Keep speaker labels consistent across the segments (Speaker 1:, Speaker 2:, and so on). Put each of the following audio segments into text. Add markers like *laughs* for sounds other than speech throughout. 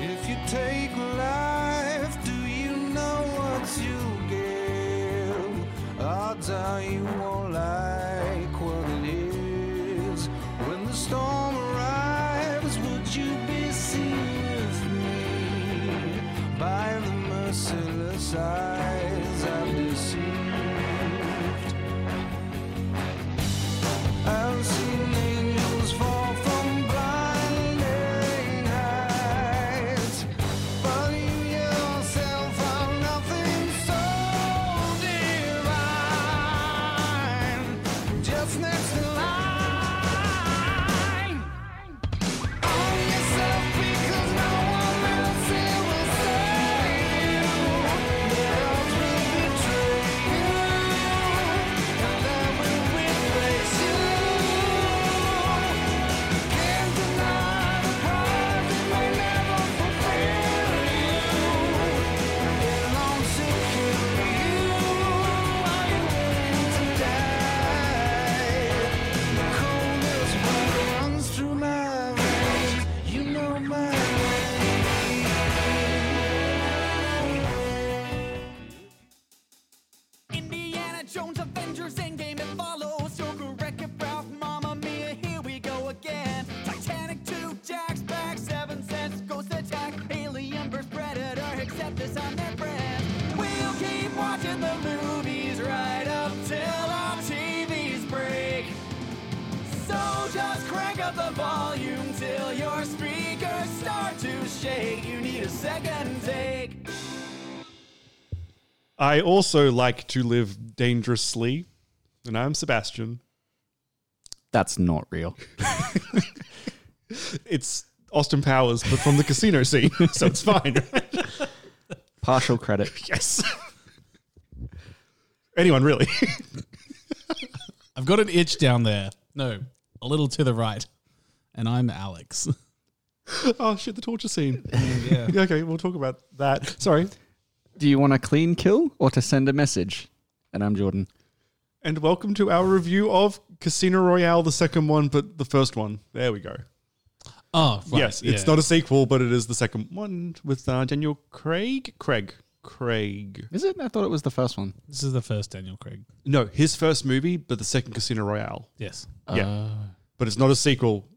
Speaker 1: If you take life, do you know what you give? Odds are you won't like what it is. When the storm arrives, would you be seen with me by the merciless eyes I've deceived? I've seen angels fall from blinding heights, but you yourself are nothing so divine. Just next in line, own yourself because no one else will save you. The odds will betray you. You know my
Speaker 2: Indiana Jones Avengers Endgame it follows Joker Wreck-It Ralph Mamma Mia here we go again Titanic 2 Jack's back 7 cents Ghost Attack Alien vs Predator except this time they're friends We'll keep watching the movies right up till our TVs break So just crank up the volume till your speakers start to shake You need a second take
Speaker 3: I also like to live dangerously, and I'm Sebastian.
Speaker 4: That's not real.
Speaker 3: It's Austin Powers, but from the casino *laughs* scene, so it's fine.
Speaker 4: Partial credit.
Speaker 3: yes. Anyone really?
Speaker 5: I've got an itch down there. No, a little to the right. And I'm Alex.
Speaker 3: *laughs*
Speaker 5: *laughs*
Speaker 3: oh shit! The torture scene. Yeah, Okay, we'll talk about that. Sorry.
Speaker 4: Do you want a clean kill or to send a message? And I'm Jordan.
Speaker 3: And welcome to our review of Casino Royale, the second one, but the first one. There we go.
Speaker 5: Oh, right,
Speaker 3: yes, it's
Speaker 5: yeah.
Speaker 3: not a sequel, but it is the second one with uh, Daniel Craig. Craig. Craig.
Speaker 4: Is it? I thought it was the first one.
Speaker 5: This is the first Daniel Craig.
Speaker 3: No, his first movie, but the second Casino Royale.
Speaker 5: Yes.
Speaker 3: Yeah.
Speaker 5: Uh,
Speaker 3: but it's not a sequel.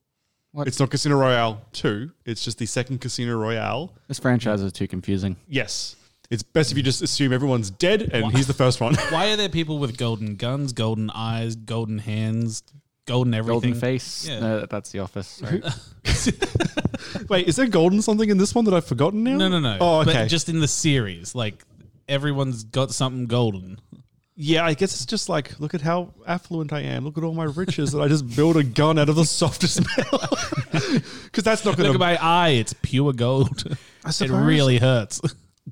Speaker 4: What?
Speaker 3: It's not Casino Royale 2. It's just the second Casino Royale.
Speaker 4: This franchise is too confusing.
Speaker 3: Yes. It's best if you just assume everyone's dead and he's the first
Speaker 5: *laughs*
Speaker 3: one.
Speaker 5: Why are there people with golden guns, golden eyes, golden hands, golden everything?
Speaker 4: Golden face.
Speaker 5: Yeah.
Speaker 4: No, that's the office. *laughs* Sorry.
Speaker 3: Wait, is there golden something in this one that I've forgotten now?
Speaker 5: No, no, no.
Speaker 3: Oh, okay.
Speaker 5: But just in the series, like everyone's got something golden.
Speaker 3: yeah, I guess it's just like, look at how affluent I am. Look at all my riches that I just build a gun out of the *laughs* softest metal. Because that's not going
Speaker 5: Look
Speaker 3: to
Speaker 5: at my eye; it's pure gold. *laughs* It
Speaker 3: suppose-
Speaker 5: really
Speaker 4: *laughs*
Speaker 5: hurts.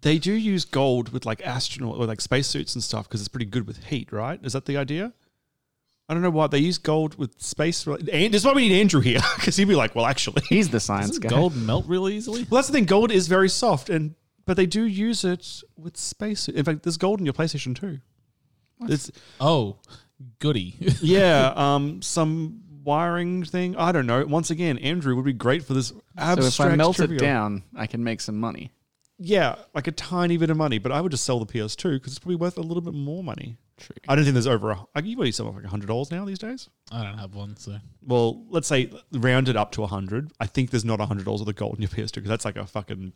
Speaker 3: They do use gold with like astronaut or like spacesuits and stuff because it's pretty good with heat, right? Is that the idea? I don't know why they use gold with space. And this is why we need Andrew here *laughs* because he'd be like, "Well, actually,
Speaker 4: He's the science guy.
Speaker 5: gold melt real easily.
Speaker 3: well, that's the thing. Gold is very soft, and but they do use it with space. In fact, there's gold in your PlayStation too. It's
Speaker 5: Oh, goody! *laughs*
Speaker 3: yeah, um, some wiring thing. I don't know. Once again, Andrew would be great for this
Speaker 4: So
Speaker 3: abstract.
Speaker 4: if I melt
Speaker 3: trivia.
Speaker 4: it down, I can make some money.
Speaker 3: yeah, like a tiny bit of money, but I would just sell the PS2 because it's probably worth a little bit more money.
Speaker 4: True.
Speaker 3: I don't think there's over a. You already sell like hundred dollars now these days.
Speaker 5: I don't have one, so
Speaker 3: Well, let's say round it up to hundred. I think there's not hundred dollars of the gold in your PS2 because that's like a fucking.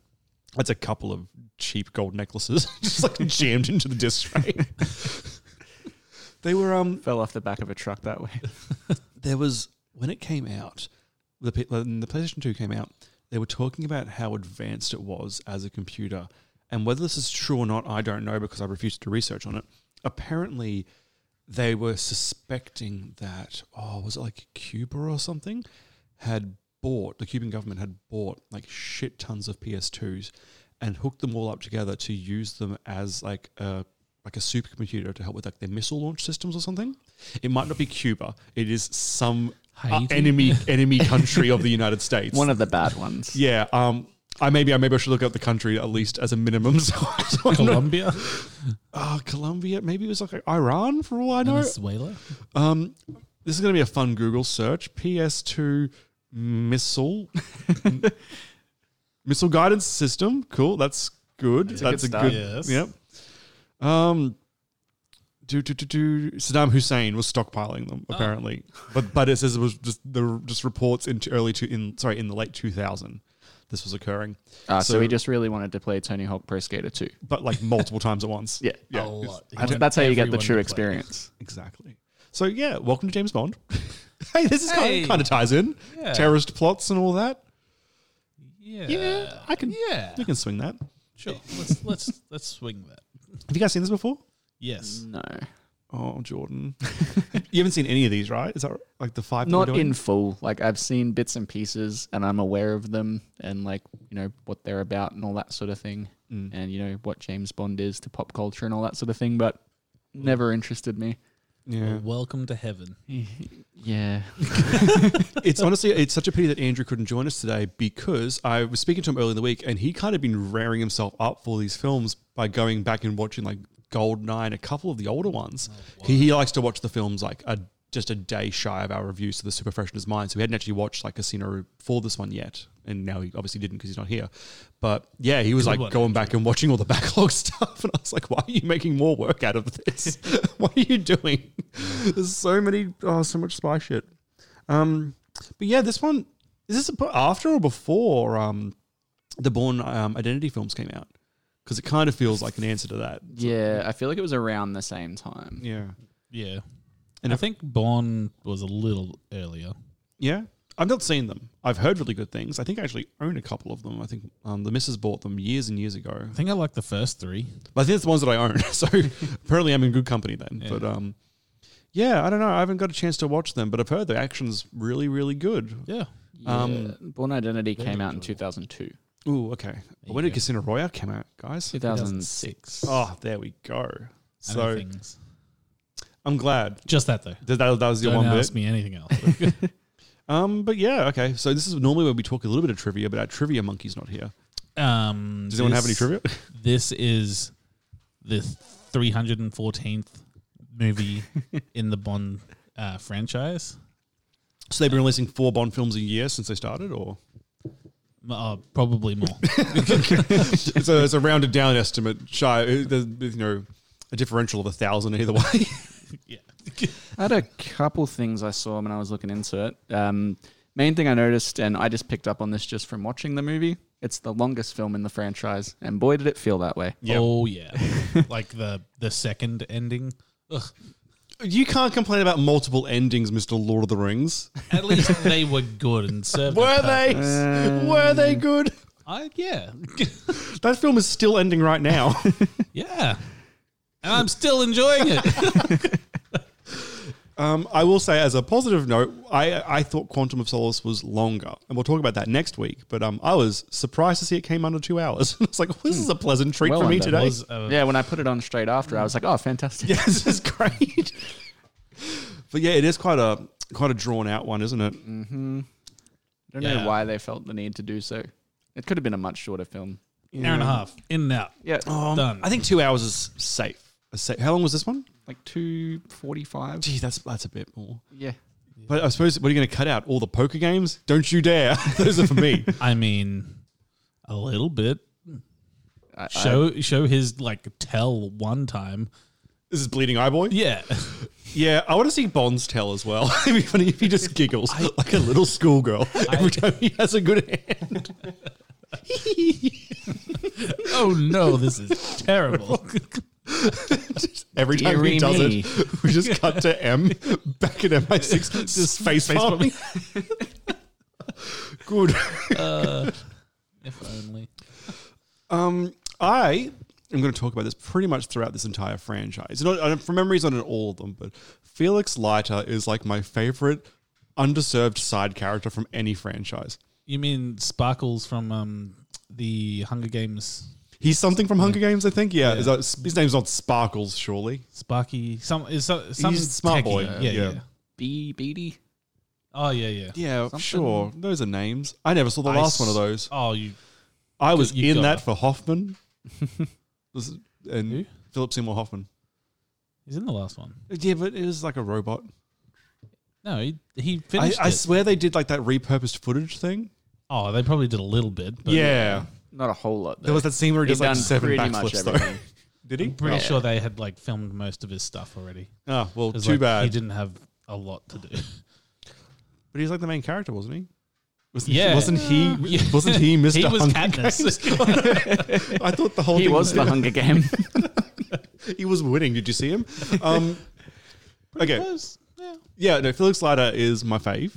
Speaker 3: That's a couple of cheap gold necklaces *laughs* just like jammed into the disc tray. *laughs* they were um
Speaker 4: *laughs* Fell off the back of a truck that way.
Speaker 3: there was when it came out, the pe- when the PlayStation Two came out, they were talking about how advanced it was as a computer, and whether this is true or not, I don't know because I refused to research on it. Apparently, they were suspecting that oh, was it like Cuba or something had bought the Cuban government had bought like shit tons of PS2s and hooked them all up together to use them as like a like a supercomputer to help with like their missile launch systems or something. It might not be Cuba. It is some uh,
Speaker 5: Haiti?
Speaker 3: enemy enemy country of the United States.
Speaker 4: One of the bad ones.
Speaker 3: yeah. Um. I maybe I maybe I should look up the country at least as a minimum. *laughs* So, so I know-
Speaker 5: Colombia,
Speaker 3: Ah, Colombia. Maybe it was like Iran for all I know.
Speaker 5: Venezuela.
Speaker 3: Um, this is going to be a fun Google search. PS2 missile missile guidance system. Cool. That's good. That's,
Speaker 4: a good
Speaker 3: a
Speaker 4: start.
Speaker 3: good.
Speaker 5: Yes.
Speaker 3: Yep. Um. Do, do, do, do. Saddam Hussein was stockpiling them apparently, but but it says it was just the just reports in t- early to in sorry in the late two thousand, this was occurring,
Speaker 4: Ah, so,
Speaker 3: So-
Speaker 4: he just really wanted to play Tony Hawk Pro Skater 2.
Speaker 3: but like multiple times at once.
Speaker 4: *laughs* Yeah.
Speaker 3: yeah,
Speaker 5: A lot. He
Speaker 4: That's,
Speaker 5: wanted
Speaker 4: that's how you get the
Speaker 5: everyone
Speaker 4: true
Speaker 5: to play.
Speaker 4: experience.
Speaker 3: Exactly. So yeah, welcome to James Bond. *laughs* hey, this is kind,
Speaker 5: Hey.
Speaker 3: of, kind of ties in
Speaker 5: Yeah.
Speaker 3: terrorist plots and all that.
Speaker 5: Yeah,
Speaker 3: Yeah, I can.
Speaker 5: Yeah.
Speaker 3: we can swing that.
Speaker 5: sure. *laughs* Let's let's let's swing that.
Speaker 3: Have you guys seen this before?
Speaker 5: Yes,
Speaker 4: No.
Speaker 3: Oh, Jordan, *laughs* you haven't seen any of these, right? Is that like the five? that we're
Speaker 4: Not
Speaker 3: doing?
Speaker 4: in full. Like, I've seen bits and pieces and I'm aware of them and, like, you know, what they're about and all that sort of thing.
Speaker 3: Mm.
Speaker 4: And, you know, what James Bond is to pop culture and all that sort of thing, but never interested me.
Speaker 3: Yeah,
Speaker 5: welcome to heaven.
Speaker 4: Yeah.
Speaker 3: it's honestly it's such a pity that Andrew couldn't join us today because I was speaking to him earlier in the week and he kind of been raring himself up for these films by going back and watching like Goldeneye and a couple of the older ones. he, he likes to watch the films like a just a day shy of our review, so the super fresh in his mind. So he hadn't actually watched like Casino for this one yet, and now he obviously didn't because he's not here. But yeah, he was like
Speaker 5: one,
Speaker 3: going back and watching all the *laughs* backlog stuff, and I was like, "Why are you making more work out of this? *laughs* what are you doing? There's so many, oh, so much spy shit." Um, but yeah, this one is this ab- after or before um, the Born um, Identity films came out? Because it kind of feels like an answer to that.
Speaker 4: *laughs* Yeah. I feel like it was around the same time.
Speaker 3: Yeah,
Speaker 5: Yeah,
Speaker 3: And
Speaker 5: and I
Speaker 3: if-
Speaker 5: think Bond was a little earlier.
Speaker 3: yeah. I've not seen them. I've heard really good things. I think I actually own a couple of them. I think um, the missus bought them years and years ago.
Speaker 5: I think I like the first three.
Speaker 3: But I think it's the ones that I own. *laughs* So apparently I'm in good company then. But um, yeah, I don't know. I haven't got a chance to watch them, but I've heard the action's really, really good.
Speaker 5: Yeah,
Speaker 3: Um,
Speaker 4: Yeah. Uh, Born Identity came out in 2002.
Speaker 3: Ooh, okay. But when did Casino Royale come out, guys?
Speaker 4: 2006.
Speaker 3: Oh, there we go.
Speaker 5: Other
Speaker 3: So
Speaker 5: things.
Speaker 3: I'm glad
Speaker 5: Just that though.
Speaker 3: that that, that was your
Speaker 5: Don't
Speaker 3: one
Speaker 5: ask
Speaker 3: bit.
Speaker 5: me
Speaker 3: *laughs*
Speaker 5: anything else.
Speaker 3: Um, but yeah, okay. So this is normally where we talk a little bit of trivia, but our trivia monkey's not here.
Speaker 5: um,
Speaker 3: Does anyone have any
Speaker 5: this-
Speaker 3: trivia?
Speaker 5: This is the 314th
Speaker 3: *laughs*
Speaker 5: movie in the Bond uh, franchise.
Speaker 3: *laughs* so they've been releasing four Bond films a year since they started, or
Speaker 5: M- Uh,
Speaker 3: *laughs*
Speaker 5: probably more.
Speaker 3: it's a, it's a rounded down estimate. Shy, uh, there's, you know, a differential of a thousand either way. *laughs*
Speaker 4: I had a couple things I saw when I was looking into it. Um, main thing I noticed, and I just picked up on this just from watching the movie, it's the longest film in the franchise, and boy, did it feel that way.
Speaker 3: Yep.
Speaker 5: Oh yeah, like the the second ending. Ugh.
Speaker 3: You can't complain about multiple endings, Mr. Lord of the Rings.
Speaker 5: At least they were good and served. a
Speaker 3: Were *laughs* they?
Speaker 5: purpose.
Speaker 3: Were they good?
Speaker 5: I, yeah, *laughs*
Speaker 3: That film is still ending right now. *laughs*
Speaker 5: yeah, and I'm still enjoying
Speaker 3: *laughs*
Speaker 5: it.
Speaker 3: um, I will say, as a positive note, I, I thought Quantum of Solace was longer, and we'll talk about that next week. But um, I was surprised to see it came under two hours. *laughs* I was like, this is a pleasant treat
Speaker 4: Well
Speaker 3: for me
Speaker 4: under.
Speaker 3: today.
Speaker 5: Was, uh,
Speaker 4: Yeah, when I put it on straight after, I was like, oh, fantastic.
Speaker 3: *laughs* yeah, this is great. *laughs* but yeah, it is quite a quite a drawn out one, isn't it?
Speaker 4: I don't
Speaker 5: Yeah.
Speaker 4: know why they felt the need to do so. It could have been a much shorter film.
Speaker 5: Hour and a half in and out.
Speaker 4: Yeah,
Speaker 3: Um,
Speaker 5: Done.
Speaker 3: I think two hours is safe. A sa- How long was this one?
Speaker 4: like 245.
Speaker 3: Gee, that's that's a bit more.
Speaker 4: Yeah.
Speaker 3: But I suppose what are you going to cut out? All the poker games? Don't you dare! *laughs* Those are for me.
Speaker 5: I mean, a little bit.
Speaker 4: I, I,
Speaker 5: Show show his like tell one time.
Speaker 3: this is bleeding eye boy.
Speaker 5: *laughs* Yeah,
Speaker 3: Yeah, I want to see Bonds tell as well. *laughs* It'd be funny if he just giggles like a little schoolgirl every time he has a good hand.
Speaker 5: *laughs*
Speaker 3: *laughs*
Speaker 5: *laughs* oh no, this is terrible.
Speaker 6: Just *laughs* every time
Speaker 4: Deary
Speaker 6: he does
Speaker 4: me.
Speaker 6: it, we just cut to M back at
Speaker 3: *laughs*
Speaker 6: MI6, just face palming. *laughs* Good.
Speaker 5: if only.
Speaker 3: Um, I am going to talk about this pretty much throughout this entire franchise. Not, I don't, from memory, it's not in all of them, but Felix Leiter is like my favorite underserved side character from any franchise.
Speaker 5: You mean Sparkles from um, the Hunger Games?
Speaker 3: He's something from Hunger Games, I think. Yeah, Is that, his name's not Sparkles, surely.
Speaker 5: Sparky, some is so, some
Speaker 3: He's smart
Speaker 5: techie.
Speaker 3: boy,
Speaker 5: Yeah,
Speaker 3: yeah.
Speaker 5: yeah,
Speaker 4: B Beady.
Speaker 5: Oh yeah, yeah.
Speaker 3: Yeah, sure. Those are names. I never saw the last
Speaker 5: I
Speaker 3: one of those.
Speaker 5: Oh, you.
Speaker 3: I was
Speaker 5: you
Speaker 3: in
Speaker 5: gotta-
Speaker 3: that for *laughs* Hoffman, This is- and Philip Seymour Hoffman.
Speaker 5: He's in the last one.
Speaker 3: Yeah, but it was like a robot.
Speaker 5: No, he, he
Speaker 3: I,
Speaker 5: finished
Speaker 3: I
Speaker 5: it.
Speaker 3: swear they did like that repurposed footage thing.
Speaker 5: oh, they probably did a little bit. But
Speaker 3: yeah.
Speaker 4: Not a whole lot. Though.
Speaker 3: There was that scene where he
Speaker 4: He'd
Speaker 3: does like
Speaker 4: done
Speaker 3: seven
Speaker 4: pretty much
Speaker 3: backflips though.
Speaker 4: everything.
Speaker 3: *laughs* Did he?
Speaker 5: pretty sure they had like filmed most of his stuff already.
Speaker 3: Oh, well,
Speaker 5: 'Cause,
Speaker 3: too
Speaker 5: like, He
Speaker 3: bad.
Speaker 5: didn't have a lot
Speaker 3: *laughs*
Speaker 5: to do.
Speaker 3: but he's like the main character, wasn't he? Wasn't
Speaker 5: Yeah.
Speaker 3: he, wasn't he?
Speaker 5: *laughs* Yeah.
Speaker 3: Wasn't
Speaker 4: *laughs*
Speaker 3: he Mr.
Speaker 5: he was
Speaker 3: Hunger *laughs*
Speaker 5: Katniss.
Speaker 3: Games? *laughs* I thought the whole
Speaker 4: He
Speaker 3: thing
Speaker 4: was the Hunger Game.
Speaker 3: he was winning. Did you see him? Um, okay,
Speaker 5: Yeah.
Speaker 3: yeah, no. Felix Leiter is my fave,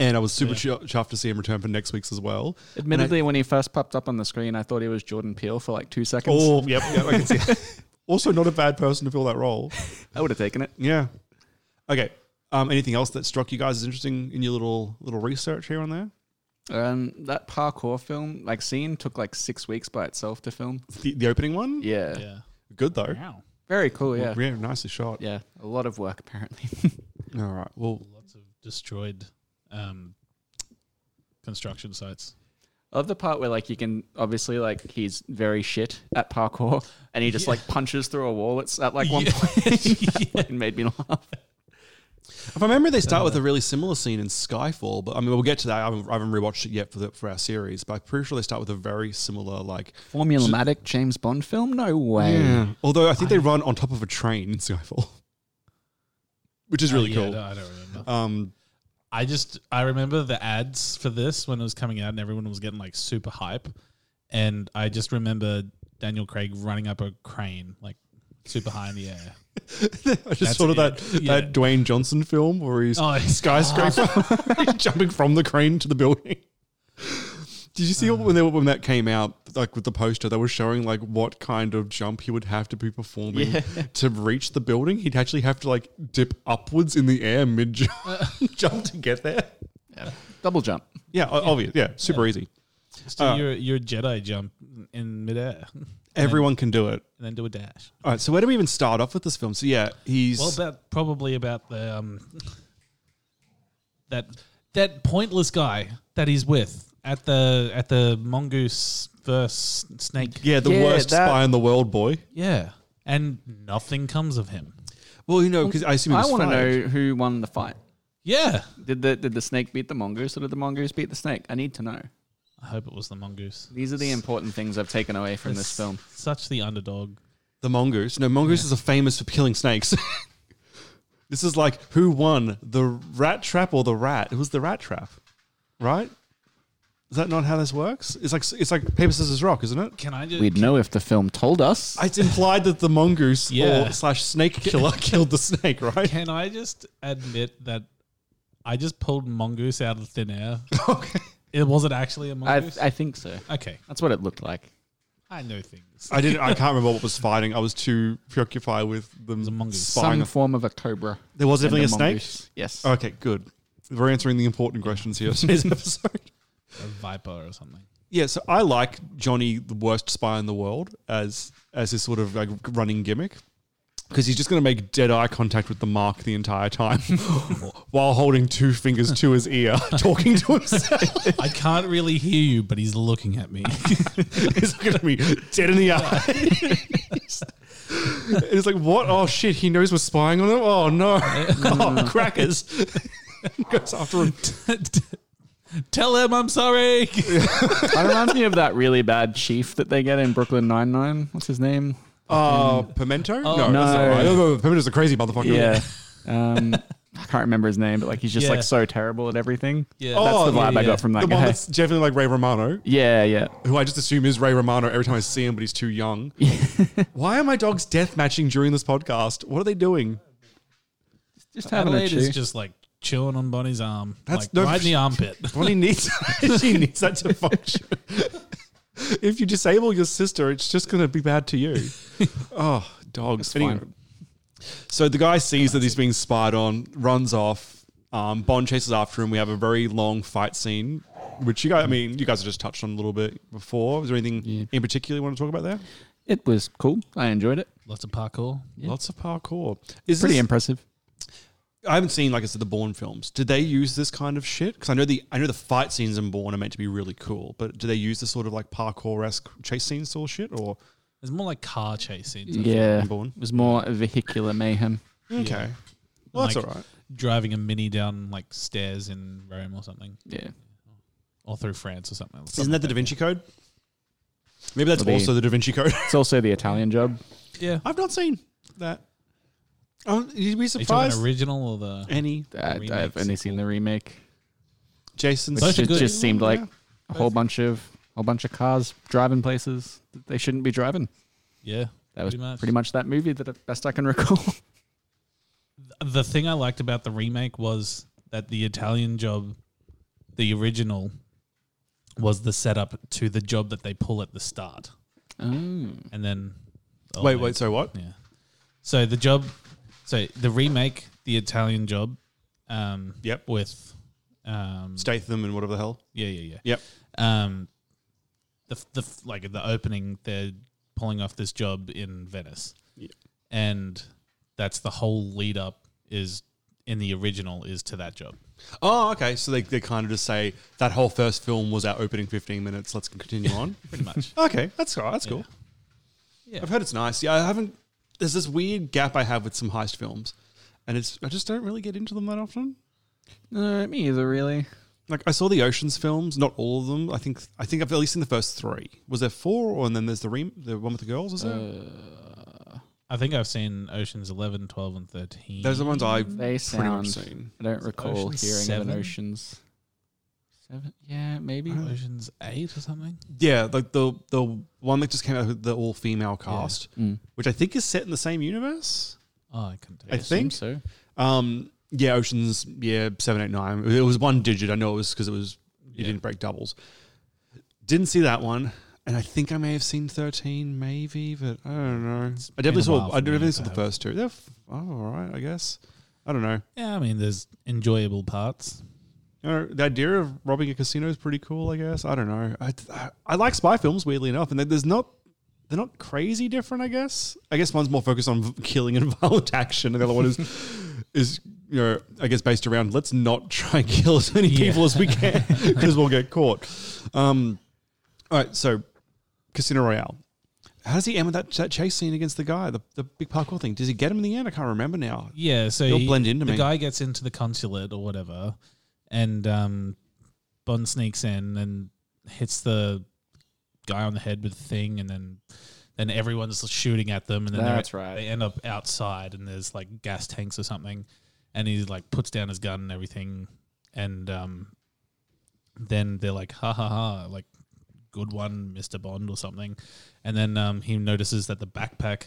Speaker 3: and I was super chu- chuffed to see him return for next week's as well.
Speaker 4: Admittedly, when he first popped up on the screen, I thought he was Jordan Peele for like two seconds.
Speaker 3: Oh, yep, yep, I can see.
Speaker 4: *laughs*
Speaker 3: also, not a bad person to fill that role.
Speaker 4: I would have taken it.
Speaker 3: Yeah. Okay. Um, anything else that struck you guys as interesting in your little little research here and there?
Speaker 4: Um, that parkour film, like scene, took like six weeks by itself to film.
Speaker 3: The, the opening one,
Speaker 4: Yeah,
Speaker 5: *laughs* Yeah.
Speaker 3: good though.
Speaker 5: Wow.
Speaker 4: very cool. Yeah,
Speaker 3: Yeah, nicely shot.
Speaker 4: yeah, a lot of work apparently. *laughs*
Speaker 3: All right. Well,
Speaker 5: Lots of destroyed um, construction
Speaker 3: *laughs*
Speaker 5: sites.
Speaker 4: I love the part where like you can obviously like he's very shit at parkour and he just like punches through a wall. It's at like one
Speaker 5: *laughs*
Speaker 4: point. It made me *laughs* laugh.
Speaker 3: if I remember, they start with a really similar scene in Skyfall. But I mean, we'll get to that. I haven't, I haven't rewatched it yet for the, for our series, but I'm pretty sure they start with a very similar like.
Speaker 4: Formulamatic James Bond film? No way.
Speaker 3: Although I think they run on top of a train in Skyfall, *laughs* which is really
Speaker 5: Uh, Yeah,
Speaker 3: cool.
Speaker 5: no, I don't remember.
Speaker 3: Um, *laughs*
Speaker 5: I just I remember the ads for this when it was coming out and everyone was getting like super hype, and I just remember Daniel Craig running up a crane like super high in the air.
Speaker 3: I just
Speaker 5: That's
Speaker 3: thought of
Speaker 5: it.
Speaker 3: that
Speaker 5: Yeah.
Speaker 3: that Dwayne Johnson film where he's
Speaker 5: *laughs* Oh, *laughs* he's-
Speaker 3: skyscraper, *laughs* he's jumping from the crane to the building. Did you see when they, when that came out, like with the poster, they were showing like what kind of jump he would have to be performing *laughs* to reach the building? He'd actually have to like dip upwards in the air mid *laughs* jump to get there.
Speaker 4: Double jump.
Speaker 3: Yeah, o- obvious. Yeah, super easy.
Speaker 5: Just do your your Jedi jump in midair *laughs* and
Speaker 3: Everyone can do it.
Speaker 5: then do a dash.
Speaker 3: All right, so where do we even start off with this film? So yeah, he's
Speaker 5: Well, about probably about the um that that pointless guy that he's with at the at the mongoose verse snake.
Speaker 3: yeah the
Speaker 4: Yeah,
Speaker 3: worst
Speaker 4: that-
Speaker 3: spy in the world, boy.
Speaker 5: yeah, and nothing comes of him.
Speaker 3: Well, you know, because I assume he
Speaker 4: I
Speaker 3: was
Speaker 4: want to
Speaker 3: fired.
Speaker 4: know who won the fight.
Speaker 5: Yeah,
Speaker 4: Did the did the snake beat the mongoose or did the mongoose beat the snake? I need to know.
Speaker 5: I hope it was the mongoose.
Speaker 4: These are the important things I've taken away from this film.
Speaker 5: Such the underdog.
Speaker 3: The mongoose. No, mongooses are famous for killing snakes. *laughs* this is like who won the rat trap or the rat? It was the rat trap, right? Is that not how this works? It's like it's like paper scissors rock, isn't it?
Speaker 5: Can I just?
Speaker 4: We'd know if the film told us.
Speaker 3: It's implied that the mongoose
Speaker 5: Yeah.
Speaker 3: or slash snake
Speaker 5: *laughs*
Speaker 3: killer killed the snake, right?
Speaker 5: Can I just admit that I just pulled mongoose out of thin air?
Speaker 3: *laughs* Okay.
Speaker 5: It wasn't actually a
Speaker 4: I,
Speaker 5: mongoose.
Speaker 4: I think so.
Speaker 5: okay,
Speaker 4: That's what it looked like.
Speaker 5: I know things.
Speaker 3: I didn't. I can't remember what was fighting. I was too preoccupied with them
Speaker 5: a mongoose.
Speaker 3: spying.
Speaker 4: Some form of a cobra.
Speaker 3: there was
Speaker 4: and
Speaker 3: definitely a snake. Oh,
Speaker 4: mongoose. Yes.
Speaker 3: Okay, good. We're answering the important questions here. in Today's *laughs* episode.
Speaker 5: A viper or something.
Speaker 3: Yeah, so I like Johnny, the worst spy in the world, as as his sort of like running gimmick, because he's just going to make dead eye contact with the mark the entire time, *laughs* while holding two fingers to his ear, *laughs* talking to himself. *laughs*
Speaker 5: I can't really hear you, but he's looking at me. *laughs*
Speaker 3: he's looking at me dead in the eye. *laughs* it's like what? Oh shit! He knows we're spying on him. Oh no! *laughs* Oh, crackers! *laughs* Goes after him.
Speaker 5: Tell him I'm sorry.
Speaker 4: that reminds me of that really bad chief that they get in Brooklyn Nine Nine. What's his name?
Speaker 3: Uh, pimento? no,
Speaker 4: No.
Speaker 3: That's not right. no, no, Pimento's a crazy motherfucker.
Speaker 4: Yeah. Um, I can't remember his name, but like he's just
Speaker 5: Yeah.
Speaker 4: like so terrible at everything.
Speaker 5: *laughs* Yeah.
Speaker 4: that's the
Speaker 3: Oh, yeah,
Speaker 4: vibe I
Speaker 5: yeah.
Speaker 4: got from that
Speaker 3: the
Speaker 4: guy.
Speaker 3: one that's definitely like Ray Romano,
Speaker 4: yeah, yeah.
Speaker 3: who I just assume is Ray Romano every time I see him, but he's too
Speaker 4: *laughs*
Speaker 3: young. Why are my dogs death matching during this podcast? What are they doing?
Speaker 4: Just having
Speaker 5: Adelaide
Speaker 4: a
Speaker 5: is
Speaker 4: chew.
Speaker 5: just like chilling on Bonnie's arm,
Speaker 3: That's
Speaker 5: like
Speaker 3: no-
Speaker 5: right in the armpit.
Speaker 3: *laughs* Bonnie needs she needs that to function. if you disable your sister, it's just going to be bad to you.
Speaker 4: *laughs*
Speaker 3: Oh, dogs! Anyway.
Speaker 4: fine.
Speaker 3: So the guy sees that he's being spied on, runs off. Um, Bond chases after him. We have a very long fight scene, which you guys, I mean, you guys have just touched on a little bit before. Is there anything in particular you want to talk about there?
Speaker 4: It was cool. I enjoyed it.
Speaker 5: Lots of parkour.
Speaker 3: Lots of parkour. Is
Speaker 4: Pretty
Speaker 3: this,
Speaker 4: impressive.
Speaker 3: I haven't seen, like I said, the Bourne films. Do they use this kind of shit? Because I know the I know the fight scenes in Bourne are meant to be really cool, but do they use this sort of like parkour esque chase scene sort of shit or
Speaker 5: It's more like car chasing.
Speaker 4: Yeah,
Speaker 3: in Bourne?
Speaker 4: it was more vehicular mayhem.
Speaker 3: Okay, well that's
Speaker 5: Like-
Speaker 3: all right.
Speaker 5: Driving a mini down like stairs in Rome or something,
Speaker 4: Yeah,
Speaker 5: or through France or something.
Speaker 3: Isn't that the Da Vinci Code? Maybe that's
Speaker 4: Maybe.
Speaker 3: also the Da Vinci Code. *laughs*
Speaker 4: it's also the Italian job.
Speaker 5: Yeah.
Speaker 3: I've not seen that. Um, you'd be
Speaker 5: Are you talking
Speaker 3: surprised.
Speaker 5: original or
Speaker 3: *laughs*
Speaker 5: the?
Speaker 3: Any
Speaker 4: I,
Speaker 5: Remakes.
Speaker 4: I've only seen the remake,
Speaker 3: Jason?
Speaker 4: which
Speaker 5: Both are
Speaker 4: just,
Speaker 5: good.
Speaker 4: just seemed like
Speaker 3: Yeah.
Speaker 4: a whole bunch of whole bunch of cars driving places that they shouldn't be driving.
Speaker 5: Yeah.
Speaker 4: That was
Speaker 5: Pretty
Speaker 4: pretty
Speaker 5: much.
Speaker 4: much, that movie that uh, best I can *laughs* recall.
Speaker 5: The thing I liked about the remake was that the Italian job, the original, was the setup to the job that they pull at the start,
Speaker 4: oh.
Speaker 5: and then. oh,
Speaker 3: Wait,
Speaker 5: they-
Speaker 3: wait. So what?
Speaker 5: Yeah. So the job, so the remake, the Italian job, um,
Speaker 3: Yep.
Speaker 5: with, um,
Speaker 3: Statham and whatever the hell.
Speaker 5: yeah, yeah, yeah,
Speaker 3: Yep.
Speaker 5: um, the f- the f- like the opening, they're pulling off this job in Venice,
Speaker 3: Yep.
Speaker 5: and that's the whole lead up is in the original is to that job.
Speaker 3: Oh, okay. So they, they kind of just say that whole first film was our opening 15 minutes. Let's
Speaker 5: *laughs*
Speaker 3: continue on.
Speaker 5: Pretty much.
Speaker 3: okay, that's all right. That's cool.
Speaker 5: Yeah.
Speaker 3: I've heard it's nice. Yeah, I haven't. There's this weird gap I have with some heist films, and it's I just don't really get into them that often.
Speaker 4: No, me either, really.
Speaker 3: Like I saw the Ocean's films, not all of them. I think I think I've at least seen the first three. Was there four, or and then there's the re- the one with the girls? Is there?
Speaker 5: Uh, I think I've seen Oceans 11, 12, and 13.
Speaker 3: Those are the ones I've
Speaker 4: They
Speaker 3: pretty much
Speaker 4: sound.
Speaker 3: seen.
Speaker 4: I don't recall
Speaker 5: Ocean's
Speaker 4: hearing of
Speaker 5: Seven?
Speaker 4: an Ocean's Seven. Yeah, maybe.
Speaker 5: Oceans 8 or something.
Speaker 3: Yeah, like the the one that just came out with the all female cast,
Speaker 4: Mm.
Speaker 3: which I think is set in the same universe.
Speaker 5: Oh, I couldn't tell
Speaker 3: I
Speaker 5: you.
Speaker 3: think
Speaker 4: so.
Speaker 3: Um, yeah, Oceans, yeah, seven, eight, nine. It was one digit. I know it was because it was you
Speaker 5: Yeah.
Speaker 3: didn't break doubles. Didn't see that one, and I think I may have seen thirteen, maybe, but I don't know. I
Speaker 5: been
Speaker 3: definitely
Speaker 5: a while
Speaker 3: saw.
Speaker 5: for
Speaker 3: I
Speaker 5: me
Speaker 3: definitely
Speaker 5: to
Speaker 3: saw the
Speaker 5: have.
Speaker 3: first two. They're f- oh, all right, I guess. I don't know.
Speaker 5: Yeah, I mean, there's enjoyable parts.
Speaker 3: You know, the idea of robbing a casino is pretty cool. I guess I don't know. I I, I like spy films weirdly enough, and there- there's not. They're not crazy different, I guess. I guess one's more focused on v- killing and *laughs* violent action, and the other one is is you know I guess based around let's not try and kill as many
Speaker 5: Yeah.
Speaker 3: people as we can because we'll get caught. Um, all right, so Casino Royale. How does he end with that, that chase scene against the guy, the, the big parkour thing? Does he get him in the end? I can't remember now.
Speaker 5: Yeah, so
Speaker 3: They'll
Speaker 5: he-
Speaker 3: blend into
Speaker 5: the
Speaker 3: me.
Speaker 5: guy gets into the consulate or whatever, and um, Bond sneaks in and hits the guy on the head with the thing, and then then everyone's shooting at them, and then they're-
Speaker 4: That's right.
Speaker 5: They end up outside, and there's like gas tanks or something, and he like puts down his gun and everything, and um, then they're like ha ha ha like good one, Mister Bond or something, and then um, he notices that the backpack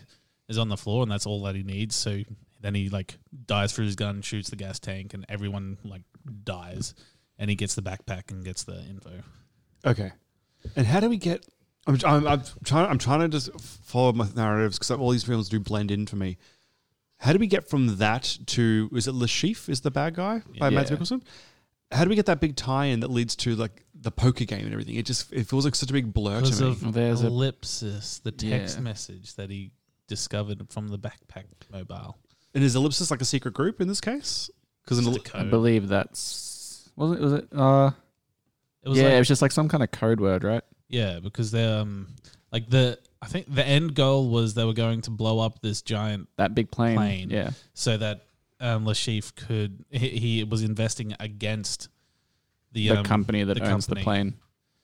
Speaker 5: is on the floor and that's all that he needs. So then he like dives for his gun, shoots the gas tank, and everyone like dies. And he gets the backpack and gets the info.
Speaker 3: Okay. And how do we get? I'm, I'm, I'm trying. I'm trying to just follow my narratives because all these films do blend in for me. How do we get from that to? Is it Le Chiffre is the bad guy by Mads
Speaker 4: Yeah.
Speaker 3: Mikkelsen? How do we get that big tie-in that leads to like the poker game and everything? It just it feels like such a big blur
Speaker 5: Because
Speaker 3: to me.
Speaker 5: of
Speaker 4: There's a-
Speaker 5: ellipsis, the text
Speaker 4: Yeah.
Speaker 5: message that he discovered from the backpack mobile.
Speaker 3: and is Ellipsis like a secret group in this case? Because
Speaker 5: It's
Speaker 3: an
Speaker 5: just a
Speaker 3: elli-
Speaker 4: I
Speaker 5: code.
Speaker 4: believe that's was it. Was it? Uh,
Speaker 5: It was
Speaker 4: yeah,
Speaker 5: like-
Speaker 4: it was just like some kind of code word, right?
Speaker 5: yeah, because they um like the I think the end goal was they were going to blow up this giant
Speaker 4: That big plane.
Speaker 5: Plane.
Speaker 4: Yeah.
Speaker 5: so that um, Lashif could he, he was investing against the,
Speaker 4: the
Speaker 5: um,
Speaker 4: company that
Speaker 5: the
Speaker 4: owns
Speaker 5: company.
Speaker 4: the plane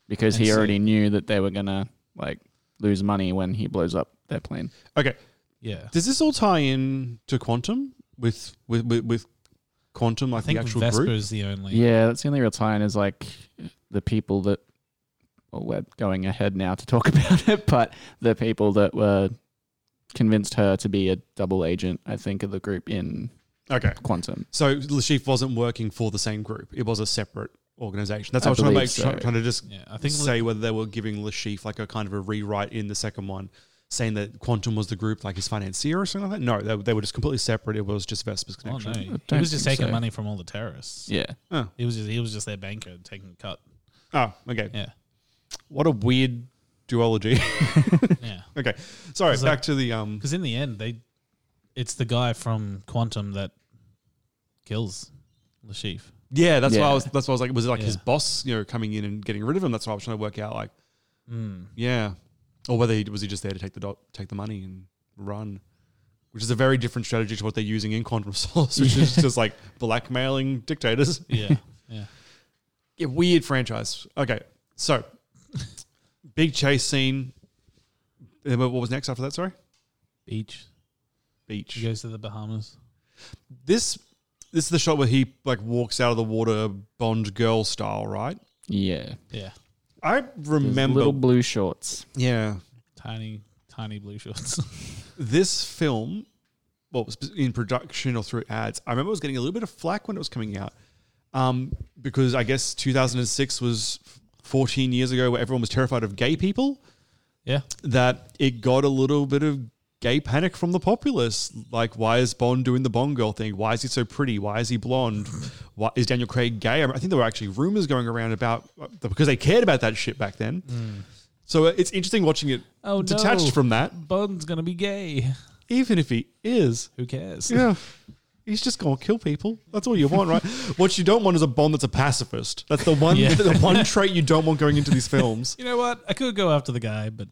Speaker 4: because
Speaker 5: And
Speaker 4: he
Speaker 5: so-
Speaker 4: already knew that they were gonna like lose money when he blows up their plane.
Speaker 3: Okay.
Speaker 5: Yeah,
Speaker 3: Does this all tie in to Quantum with with with, with Quantum, like
Speaker 5: I think
Speaker 3: the actual
Speaker 5: Vesper
Speaker 3: group.
Speaker 5: is the only.
Speaker 4: Yeah, that's the only real tie in is like the people that. Well, we're going ahead now to talk *laughs* about it, but the people that were convinced her to be a double agent, I think, of the group in
Speaker 3: Okay.
Speaker 4: Quantum.
Speaker 3: So Lashif wasn't working for the same group. It was a separate organization. That's
Speaker 4: I
Speaker 3: what I was trying to make,
Speaker 4: believe so.
Speaker 3: try- trying to just
Speaker 5: Yeah, I think
Speaker 3: say whether they were giving Lashif like a kind of a rewrite in the second one, saying that Quantum was the group, like his financier or something like that. No, they, they were just completely separate. It was just Vesper's
Speaker 5: Oh,
Speaker 3: connection.
Speaker 5: no. He
Speaker 4: don't
Speaker 5: was just
Speaker 4: think
Speaker 5: taking
Speaker 4: so.
Speaker 5: money from all the terrorists.
Speaker 4: Yeah.
Speaker 5: He was just he was just their banker taking a cut.
Speaker 3: Oh, okay.
Speaker 4: *laughs*
Speaker 5: Yeah.
Speaker 3: What a weird duology. *laughs*
Speaker 5: Yeah.
Speaker 3: okay. Sorry,
Speaker 5: It's
Speaker 3: back
Speaker 5: like-
Speaker 3: to the um
Speaker 5: Because in the end, they, it's the guy from Quantum that kills Lashif.
Speaker 3: Yeah, that's why I
Speaker 4: Yeah.
Speaker 3: was that's why I was like was it like his
Speaker 5: Yeah.
Speaker 3: boss, you know, coming in and getting rid of him? That's why I was trying to work out like Yeah. Or whether he was he just there to take the dot take the money and run. Which is a very different strategy to what they're using in Quantum Solace, which is just like blackmailing dictators.
Speaker 5: *laughs* Yeah, yeah.
Speaker 3: Yeah, weird franchise. Okay, so big chase scene. Uh, What what was next after that? Sorry,
Speaker 5: Beach. He
Speaker 3: beach.
Speaker 5: goes to the Bahamas.
Speaker 3: This this is the shot where he like walks out of the water, Bond girl style, right?
Speaker 4: Yeah.
Speaker 5: Yeah.
Speaker 3: I
Speaker 4: Those
Speaker 3: remember.
Speaker 4: Little blue shorts.
Speaker 3: yeah,
Speaker 5: Tiny, tiny blue
Speaker 3: *laughs*
Speaker 5: shorts.
Speaker 3: this film, well, it was in production or through ads. I remember it was getting a little bit of flack when it was coming out, um, because I guess 2006 was 14 years ago, where everyone was terrified of gay people.
Speaker 5: yeah.
Speaker 3: that it got a little bit of gay panic from the populace. Like, why is Bond doing the Bond girl thing? Why is he so pretty? Why is he blonde? Why is Daniel Craig gay? I think there were actually rumors going around about uh, because they cared about that shit back then. So uh, it's interesting watching it
Speaker 5: Hmm. Oh,
Speaker 3: detached
Speaker 5: no.
Speaker 3: from that,
Speaker 5: Bond's gonna be gay.
Speaker 3: even if he is.
Speaker 5: Who
Speaker 3: *laughs*
Speaker 5: cares?
Speaker 3: Yeah. He's just gonna kill people. That's all you want,
Speaker 5: *laughs*
Speaker 3: right? what you don't want is a Bond that's a pacifist. That's the one,
Speaker 5: Yeah.
Speaker 3: the one trait you don't want going into these
Speaker 5: *laughs*
Speaker 3: films.
Speaker 5: You know what? I could go after the guy, but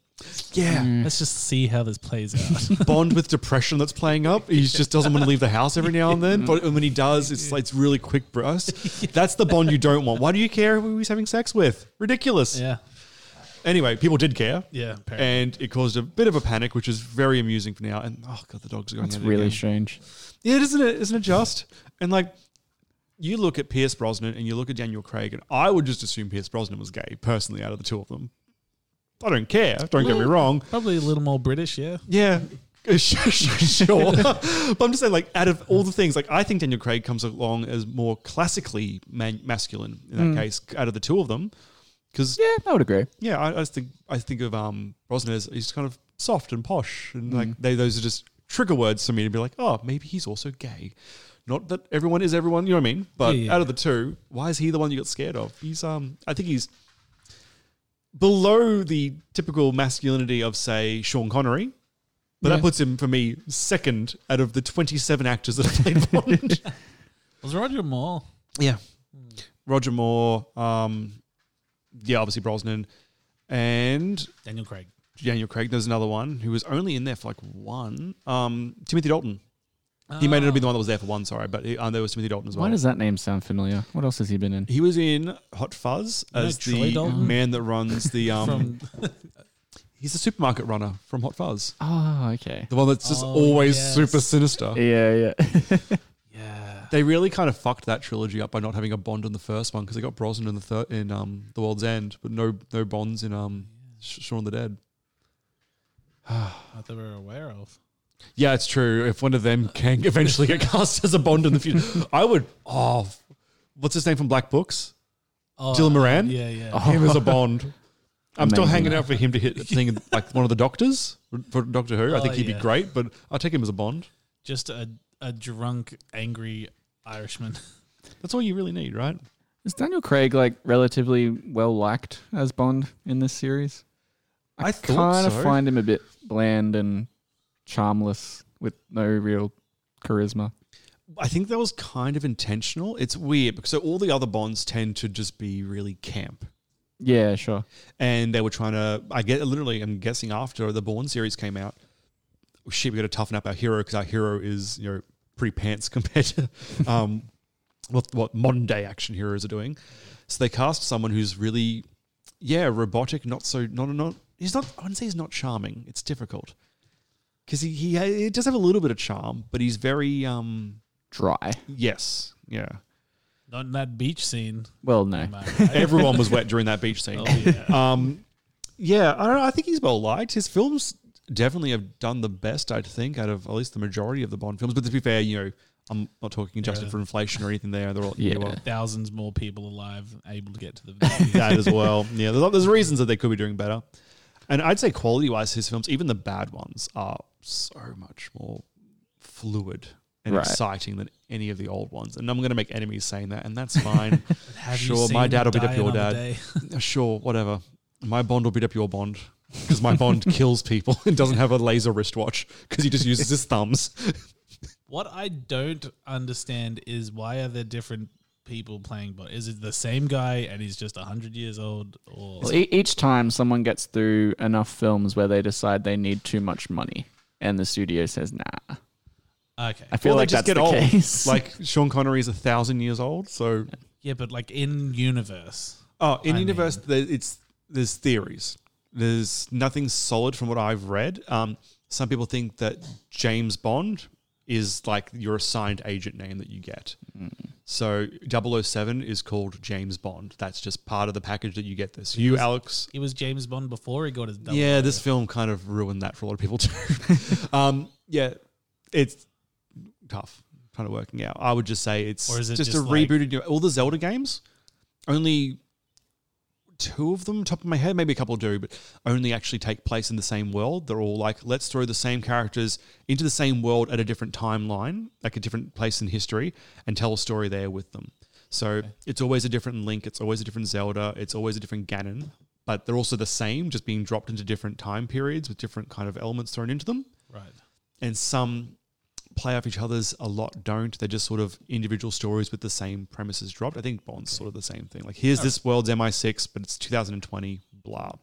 Speaker 3: Yeah,
Speaker 5: let's just see how
Speaker 3: *laughs*
Speaker 5: this plays out. *laughs*
Speaker 3: Bond with depression that's playing up. He just doesn't want to leave the house every now and then. But when he does, it's like it's really quick
Speaker 5: *laughs*
Speaker 3: burst. That's the Bond you don't want. Why do you care who he's having sex with? Ridiculous.
Speaker 5: yeah.
Speaker 3: Anyway, people did care.
Speaker 5: Yeah. Apparently.
Speaker 3: And it caused a bit of a panic, which is very amusing for now. And oh god, the dogs are going.
Speaker 4: It's
Speaker 3: at it
Speaker 4: really
Speaker 3: again.
Speaker 4: strange.
Speaker 3: Yeah, isn't it? Isn't it just? And like, you look at Pierce Brosnan and you look at Daniel Craig, and I would just assume Pierce Brosnan was gay personally out of the two of them. I don't care. Don't get me wrong.
Speaker 5: Probably a little more British. Yeah.
Speaker 3: Yeah. *laughs* sure, sure, sure. but I'm just saying, like, out of all the things, like, I think Daniel Craig comes along as more classically man- masculine in that case, out of the two of them, because yeah,
Speaker 4: Yeah, I would agree.
Speaker 3: I, I just think I think of um Brosnan as he's kind of soft and posh, and
Speaker 5: Mm-hmm.
Speaker 3: like they those are just trigger words for me to be like, oh, maybe he's also gay. Not that everyone is everyone, you know what I mean? But
Speaker 5: Yeah, yeah,
Speaker 3: out of the two, why is he the one you got scared of? He's um, I think he's below the typical masculinity of say Sean Connery. But that
Speaker 4: Yeah.
Speaker 3: puts him for me second out of the 27 actors that have played
Speaker 5: *laughs*
Speaker 3: Bond.
Speaker 5: Was Roger Moore?
Speaker 3: yeah. Roger Moore, um, yeah, obviously Brosnan, and
Speaker 5: Daniel Craig.
Speaker 3: Daniel Craig. There's another one who was only in there for like one. Um, Timothy Dalton. He may not have been the one that was there for one, sorry, but he, um, there was Timothy Dalton as well.
Speaker 4: Why does that name sound familiar? What else has he been in?
Speaker 3: he was in Hot Fuzz
Speaker 5: You know
Speaker 3: as
Speaker 5: Troy
Speaker 3: the
Speaker 5: Dalton?
Speaker 3: man that runs
Speaker 5: *laughs*
Speaker 3: the um.
Speaker 5: Ah. From
Speaker 3: he's the supermarket runner from Hot Fuzz,
Speaker 4: Oh, okay.
Speaker 3: the one that's just
Speaker 5: Oh,
Speaker 3: always
Speaker 5: yes.
Speaker 3: super sinister.
Speaker 4: Yeah, yeah. *laughs*
Speaker 5: yeah.
Speaker 3: They really kind of fucked that trilogy up by not having a Bond in the first one because they got Brosnan in the third in um The World's End, but no no Bonds in um Sh- Shaun of the Dead.
Speaker 5: Not that we're aware of.
Speaker 3: Yeah, it's true. If one of them can *laughs* eventually get cast as a Bond in the future, I would. Oh, f- what's his name from Black Books?
Speaker 5: Oh,
Speaker 3: Dylan Moran? Oh,
Speaker 5: Yeah. Yeah.
Speaker 3: Him as a *laughs* Bond. I'm still
Speaker 4: Amazing.
Speaker 3: hanging out for him to hit thing like one of the doctors for Doctor Who. I
Speaker 5: Oh,
Speaker 3: think he'd
Speaker 5: yeah.
Speaker 3: be great, but I'll take him as a Bond.
Speaker 5: Just a a drunk, angry Irishman. *laughs*
Speaker 3: That's all you really need, right?
Speaker 4: Is Daniel Craig like relatively well liked as Bond in this series?
Speaker 3: I thought
Speaker 4: kind of
Speaker 3: so.
Speaker 4: find him a bit bland and charmless with no real charisma.
Speaker 3: I think that was kind of intentional. It's weird because so all the other Bonds tend to just be really camp.
Speaker 4: Yeah, sure.
Speaker 3: and they were trying to. I get literally. I'm guessing after the Bourne series came out, shit, we got to toughen up our hero because our hero is you know pretty pants *laughs* compared to um, what what modern day action heroes are doing. So they cast someone who's really, yeah, robotic. Not so not not. He's not. I wouldn't say he's not charming. It's difficult because he, he he does have a little bit of charm, but he's very um
Speaker 4: dry.
Speaker 3: Yes. Yeah.
Speaker 5: Not in that beach scene.
Speaker 4: Well, no.
Speaker 5: man.
Speaker 3: *laughs* Everyone was wet during that beach scene.
Speaker 5: oh, *laughs* yeah.
Speaker 3: Um, yeah, I don't know. I think he's well liked. His films definitely have done the best, I'd think, out of at least the majority of the Bond films. But to be fair, you know, I'm not talking adjusted
Speaker 5: Yeah.
Speaker 3: for inflation or anything there. They're all
Speaker 4: Yeah.
Speaker 3: yeah. well,
Speaker 5: Thousands more people alive able to get to
Speaker 3: *laughs*
Speaker 5: the venue.
Speaker 3: that as well. Yeah, there's, there's reasons that they could be doing better. And I'd say quality wise, his films, even the bad ones, are so much more fluid and
Speaker 4: Right.
Speaker 3: exciting than any of the old ones. And I'm going to make enemies saying that, and that's fine.
Speaker 5: Have you
Speaker 3: sure, my
Speaker 5: seen
Speaker 3: dad will beat
Speaker 5: Die
Speaker 3: up your
Speaker 5: Another
Speaker 3: dad.
Speaker 5: Day? *laughs*
Speaker 3: Uh, sure, whatever. My Bond will beat up your Bond because my
Speaker 4: *laughs*
Speaker 3: Bond kills people and doesn't have a laser wristwatch because he just uses his thumbs.
Speaker 5: What I don't understand is why are there different people playing Bond? Is it the same guy and he's just hundred years old, or
Speaker 4: Well, e- each time someone gets through enough films where they decide they need too much money, and the studio says, "Nah."
Speaker 5: okay?
Speaker 4: I *laughs* feel
Speaker 3: Or they
Speaker 4: like that's the
Speaker 3: old.
Speaker 4: case.
Speaker 3: *laughs* Like Sean Connery is a thousand years old, so
Speaker 4: *laughs*
Speaker 5: Yeah, but like in universe,
Speaker 3: oh, in
Speaker 5: I
Speaker 3: universe there, it's there's theories. There's nothing solid from what I've read. Um, some people think that James Bond is like your assigned agent name that you get.
Speaker 4: Mm.
Speaker 3: So 007 is called James Bond. That's just part of the package that you get this. You, Alex,
Speaker 5: he was James Bond before he got his. double
Speaker 3: Yeah,
Speaker 5: O.
Speaker 3: this film kind of ruined that for a lot of people too. um, yeah, it's tough, kind of working out. I would just say it's
Speaker 5: Or is it
Speaker 3: just, a
Speaker 5: just like-
Speaker 3: rebooted. new- All the Zelda games, only two of them, top of my head, maybe a couple do, but only actually take place in the same world. They're all like, let's throw the same characters into the same world at a different timeline, like a different place in history, and tell a story there with them. So it's always a different Link, it's always a different Zelda, it's always a different Ganon, but they're also the same, just being dropped into different time periods with different kind of elements thrown into them
Speaker 5: right.
Speaker 3: and some play off each other's a lot don't they're just sort of individual stories with the same premises dropped i think bond's sort of the same thing like here's this world's mi6 but it's 2020 blah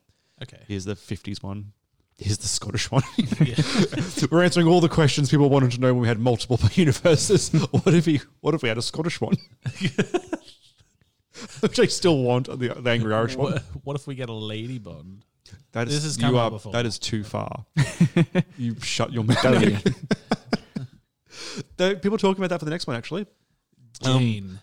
Speaker 5: Okay, *laughs*
Speaker 3: here's the 50s one here's the scottish one *laughs* we're answering all the questions people wanted to know when we had multiple *laughs* universes what if he what if we had a scottish one *laughs* which i still want the, the angry irish one
Speaker 5: what, what if we get a Lady Bond?
Speaker 3: that is
Speaker 5: This has
Speaker 3: you
Speaker 5: come
Speaker 3: are-
Speaker 5: up before.
Speaker 3: that is too
Speaker 5: *laughs*
Speaker 3: far. you shut your mouth. *laughs* Though people talking about that for the next one actually. Um,
Speaker 5: Jane,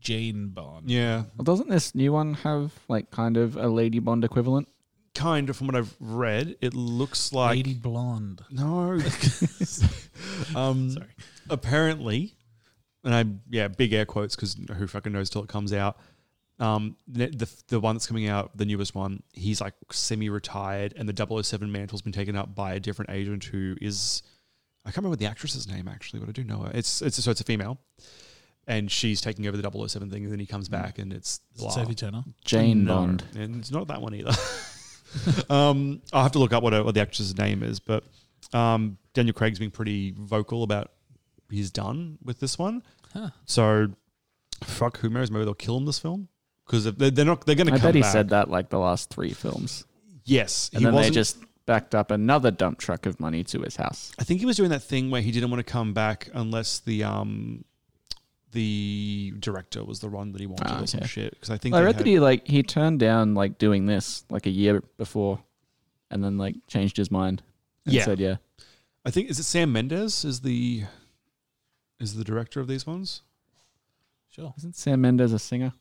Speaker 5: Jane Bond.
Speaker 3: Yeah,
Speaker 4: Well, doesn't this new one have like kind of a Lady Bond equivalent?
Speaker 3: kind of from what I've read, it looks like
Speaker 5: Lady Blonde.
Speaker 3: no. *laughs* um,
Speaker 5: Sorry.
Speaker 3: apparently, and I yeah big air quotes because who fucking knows till it comes out. Um, the, the the one that's coming out, the newest one, he's like semi-retired, and the 007 mantle's been taken up by a different agent who is, I can't remember the actress's name actually, but I do know her. It's it's so it's a female, and she's taking over the 007 thing, and then he comes back, and it's
Speaker 5: Is it
Speaker 3: blah.
Speaker 5: Hmm. Sophie Turner.
Speaker 4: Jane
Speaker 3: No,
Speaker 4: Bond.
Speaker 3: and it's not that one either. *laughs* um, I'll have to look up what, what the actress's name is, but um, Daniel Craig's been pretty vocal about he's done with this one.
Speaker 5: Huh.
Speaker 3: So, fuck, who knows? Maybe they'll kill him this film because they're, they're not. They're going to.
Speaker 4: I
Speaker 3: come
Speaker 4: bet he
Speaker 3: back.
Speaker 4: said that like the last three films,
Speaker 3: Yes,
Speaker 4: and
Speaker 3: he
Speaker 4: then
Speaker 3: wasn't.
Speaker 4: they just backed up another dump truck of money to his house.
Speaker 3: I think he was doing that thing where he didn't want to come back unless the um the director was the one that he wanted
Speaker 4: Ah,
Speaker 3: or some
Speaker 4: okay.
Speaker 3: shit. Because I think
Speaker 4: I
Speaker 3: they
Speaker 4: read
Speaker 3: had-
Speaker 4: that he like he turned down like doing this like a year before, and then like changed his mind. And
Speaker 3: Yeah.
Speaker 4: said yeah.
Speaker 3: I think is it Sam Mendes is the is the director of these ones.
Speaker 5: Sure.
Speaker 4: Isn't Sam Mendes a singer?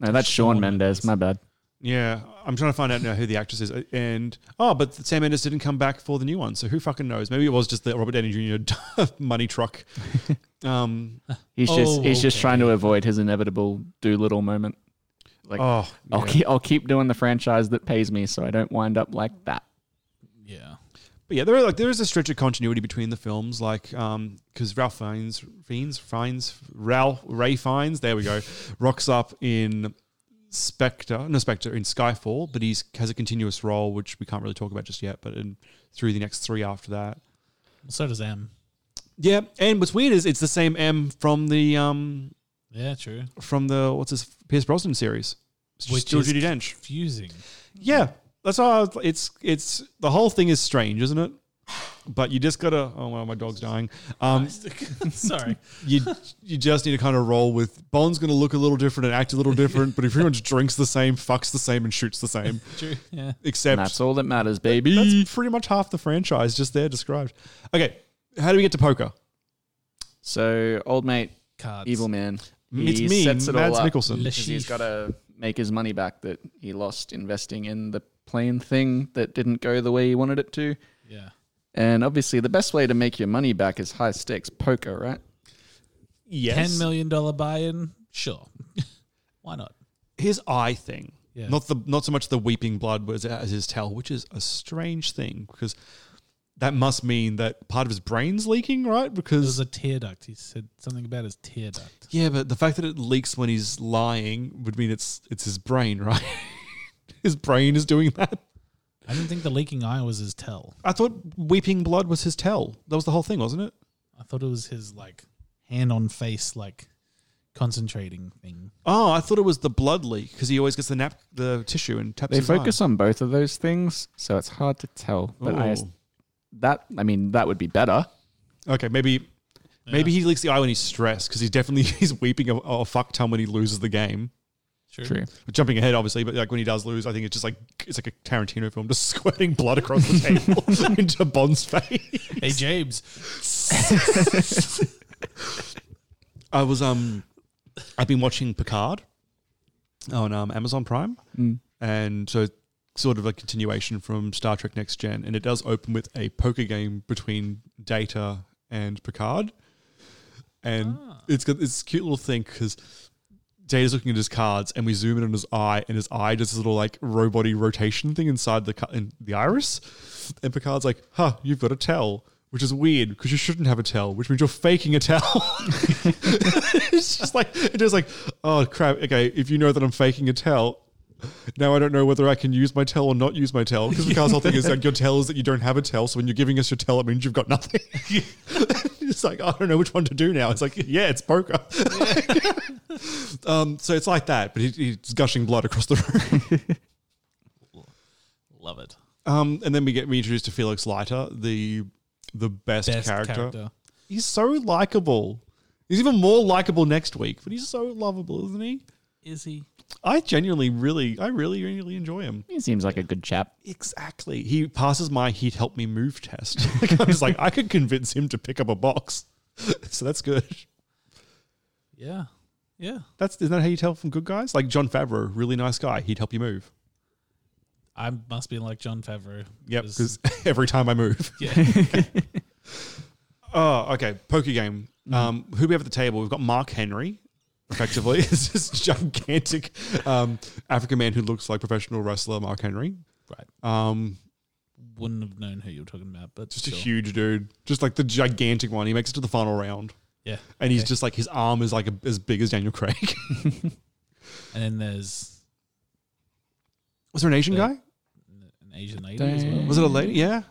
Speaker 4: No, that's Sean
Speaker 5: Shawn
Speaker 4: Mendes.
Speaker 5: Mendes.
Speaker 4: My bad.
Speaker 3: Yeah, I'm trying to find out now who the actress is. And oh, but Sam Mendes didn't come back for the new one, so who fucking knows? Maybe it was just the Robert Downey Jr. *laughs* money *laughs* truck. Um,
Speaker 4: He's just
Speaker 5: Oh,
Speaker 4: he's just
Speaker 5: okay.
Speaker 4: trying to avoid his inevitable Doolittle moment. Like
Speaker 3: oh,
Speaker 4: I'll
Speaker 3: yeah.
Speaker 4: keep I'll keep doing the franchise that pays me, so I don't wind up like that.
Speaker 5: Yeah.
Speaker 3: But yeah, there are like there is a stretch of continuity between the films, like um, because Ralph Fiennes, Fiennes, Fiennes, Ralph Ray Fiennes, there we *laughs* go, rocks up in Spectre, no Spectre in Skyfall, but he's has a continuous role which we can't really talk about just yet, but in through the next three after that.
Speaker 5: So does M.
Speaker 3: Yeah, and what's weird is it's the same M from the um
Speaker 5: Yeah, true.
Speaker 3: from the what's his Pierce Brosnan series, It's
Speaker 5: Which
Speaker 3: still
Speaker 5: is
Speaker 3: Judy Dench. *laughs*
Speaker 5: Fusing.
Speaker 3: Yeah, that's why I was- it's it's the whole thing is strange, isn't it? But you just gotta. Oh well, my dog's dying. Um,
Speaker 5: Sorry.
Speaker 3: you you just need to kind of roll with Bond's going to look a little different and act a little different, but he pretty much drinks the same, fucks the same, and shoots the same.
Speaker 5: True. Yeah.
Speaker 3: Except
Speaker 4: And that's all that matters, baby.
Speaker 3: that's pretty much half the franchise just there described. Okay, how do we get to poker?
Speaker 4: So old mate,
Speaker 5: Cards.
Speaker 4: evil man,
Speaker 3: It's
Speaker 4: he
Speaker 3: me,
Speaker 4: sets it
Speaker 3: Mads
Speaker 4: all up
Speaker 3: Mikkelsen.
Speaker 4: 'cause he's got to make his money back that he lost investing in the plane thing that didn't go the way he wanted it to.
Speaker 5: Yeah.
Speaker 4: And obviously, the best way to make your money back is high stakes poker, right?
Speaker 3: Yes.
Speaker 5: Ten million dollar buy-in. Sure. *laughs* Why not?
Speaker 3: his eye thing.
Speaker 5: Yeah.
Speaker 3: Not the not so much the weeping blood was as his towel, which is a strange thing because that must mean that part of his brain's leaking, right?
Speaker 5: There's
Speaker 3: Because
Speaker 5: a tear duct. He said something about his tear duct.
Speaker 3: yeah, but the fact that it leaks when he's lying would mean it's it's his brain, *laughs* right? his brain is doing that.
Speaker 5: I didn't think the leaking eye was his tell.
Speaker 3: I thought weeping blood was his tell. That was the whole thing, wasn't it?
Speaker 5: I thought it was his like hand on face like concentrating thing.
Speaker 3: Oh, I thought it was the blood leak because he always gets the nap the tissue and taps.
Speaker 4: They
Speaker 3: his
Speaker 4: focus
Speaker 3: eye.
Speaker 4: on both of those things, so it's hard to tell. But I,
Speaker 3: Ooh.
Speaker 4: that I mean, that would be better.
Speaker 3: Okay, maybe maybe he leaks the eye when he's stressed because he's definitely *laughs* he's weeping a, a fuck ton when he loses the game.
Speaker 4: True.
Speaker 3: We're jumping ahead, obviously, but like when he does lose, I think it's just like it's like a Tarantino film, just *laughs* squirting blood across the table *laughs* into Bond's face.
Speaker 5: Hey James,
Speaker 3: *laughs* I was um, I've been watching Picard on um, Amazon Prime, and so sort of a continuation from Star Trek Next Gen, and it does open with a poker game between Data and Picard, and
Speaker 5: Ah.
Speaker 3: it's got this cute little thing because. Data's looking at his cards, and we zoom in on his eye, and his eye does this little like robot rotation thing inside the cu- in the iris. And Picard's like, "Huh, you've got a tell," which is weird because you shouldn't have a tell, which means you're faking a tell. *laughs* it's just like it's just like oh crap okay if you know that i'm faking a tell now i don't know whether i can use my tell or not use my tell because the car's whole thing is like your tell is that you don't have a tell so when you're giving us your tell it means you've got nothing *laughs* it's like i don't know which one to do now it's like yeah it's poker um, so it's like that but he, he's gushing blood across the *laughs* room
Speaker 5: love it.
Speaker 3: um, and then we get reintroduced to felix leiter the the best,
Speaker 5: Best
Speaker 3: character
Speaker 5: character.
Speaker 3: he's so likable he's even more likable next week but he's so lovable isn't he
Speaker 5: Is he?
Speaker 3: I genuinely really, I really, really enjoy him.
Speaker 4: He seems like a good chap.
Speaker 3: Exactly. He passes my he'd help me move test. *laughs* Like, I was like, I could convince him to pick up a box. *laughs* So that's good.
Speaker 5: Yeah. Yeah.
Speaker 3: That's isn't that how you tell from good guys? Like John Favreau, really nice guy. He'd help you move.
Speaker 5: I must be like John Favreau.
Speaker 3: Yep.
Speaker 5: 'Cause-
Speaker 3: Because *laughs* every time I move.
Speaker 5: Yeah.
Speaker 3: *laughs* Oh, okay. Poker game. Um, who we have at the table? We've got Mark Henry. Effectively, *laughs* it's this gigantic um, African man who looks like professional wrestler Mark Henry.
Speaker 5: right.
Speaker 3: Um,
Speaker 5: Wouldn't have known who you were talking about, but
Speaker 3: just
Speaker 5: sure.
Speaker 3: a huge dude, just like the gigantic one. He makes it to the final round.
Speaker 5: Yeah.
Speaker 3: and he's
Speaker 5: Okay.
Speaker 3: just like his arm is like a, as big as Daniel Craig. *laughs*
Speaker 5: And then there's
Speaker 3: was there an Asian
Speaker 5: Yeah.
Speaker 3: guy?
Speaker 5: an Asian lady as well.
Speaker 3: Was it a
Speaker 4: Mm-hmm.
Speaker 3: lady? Yeah,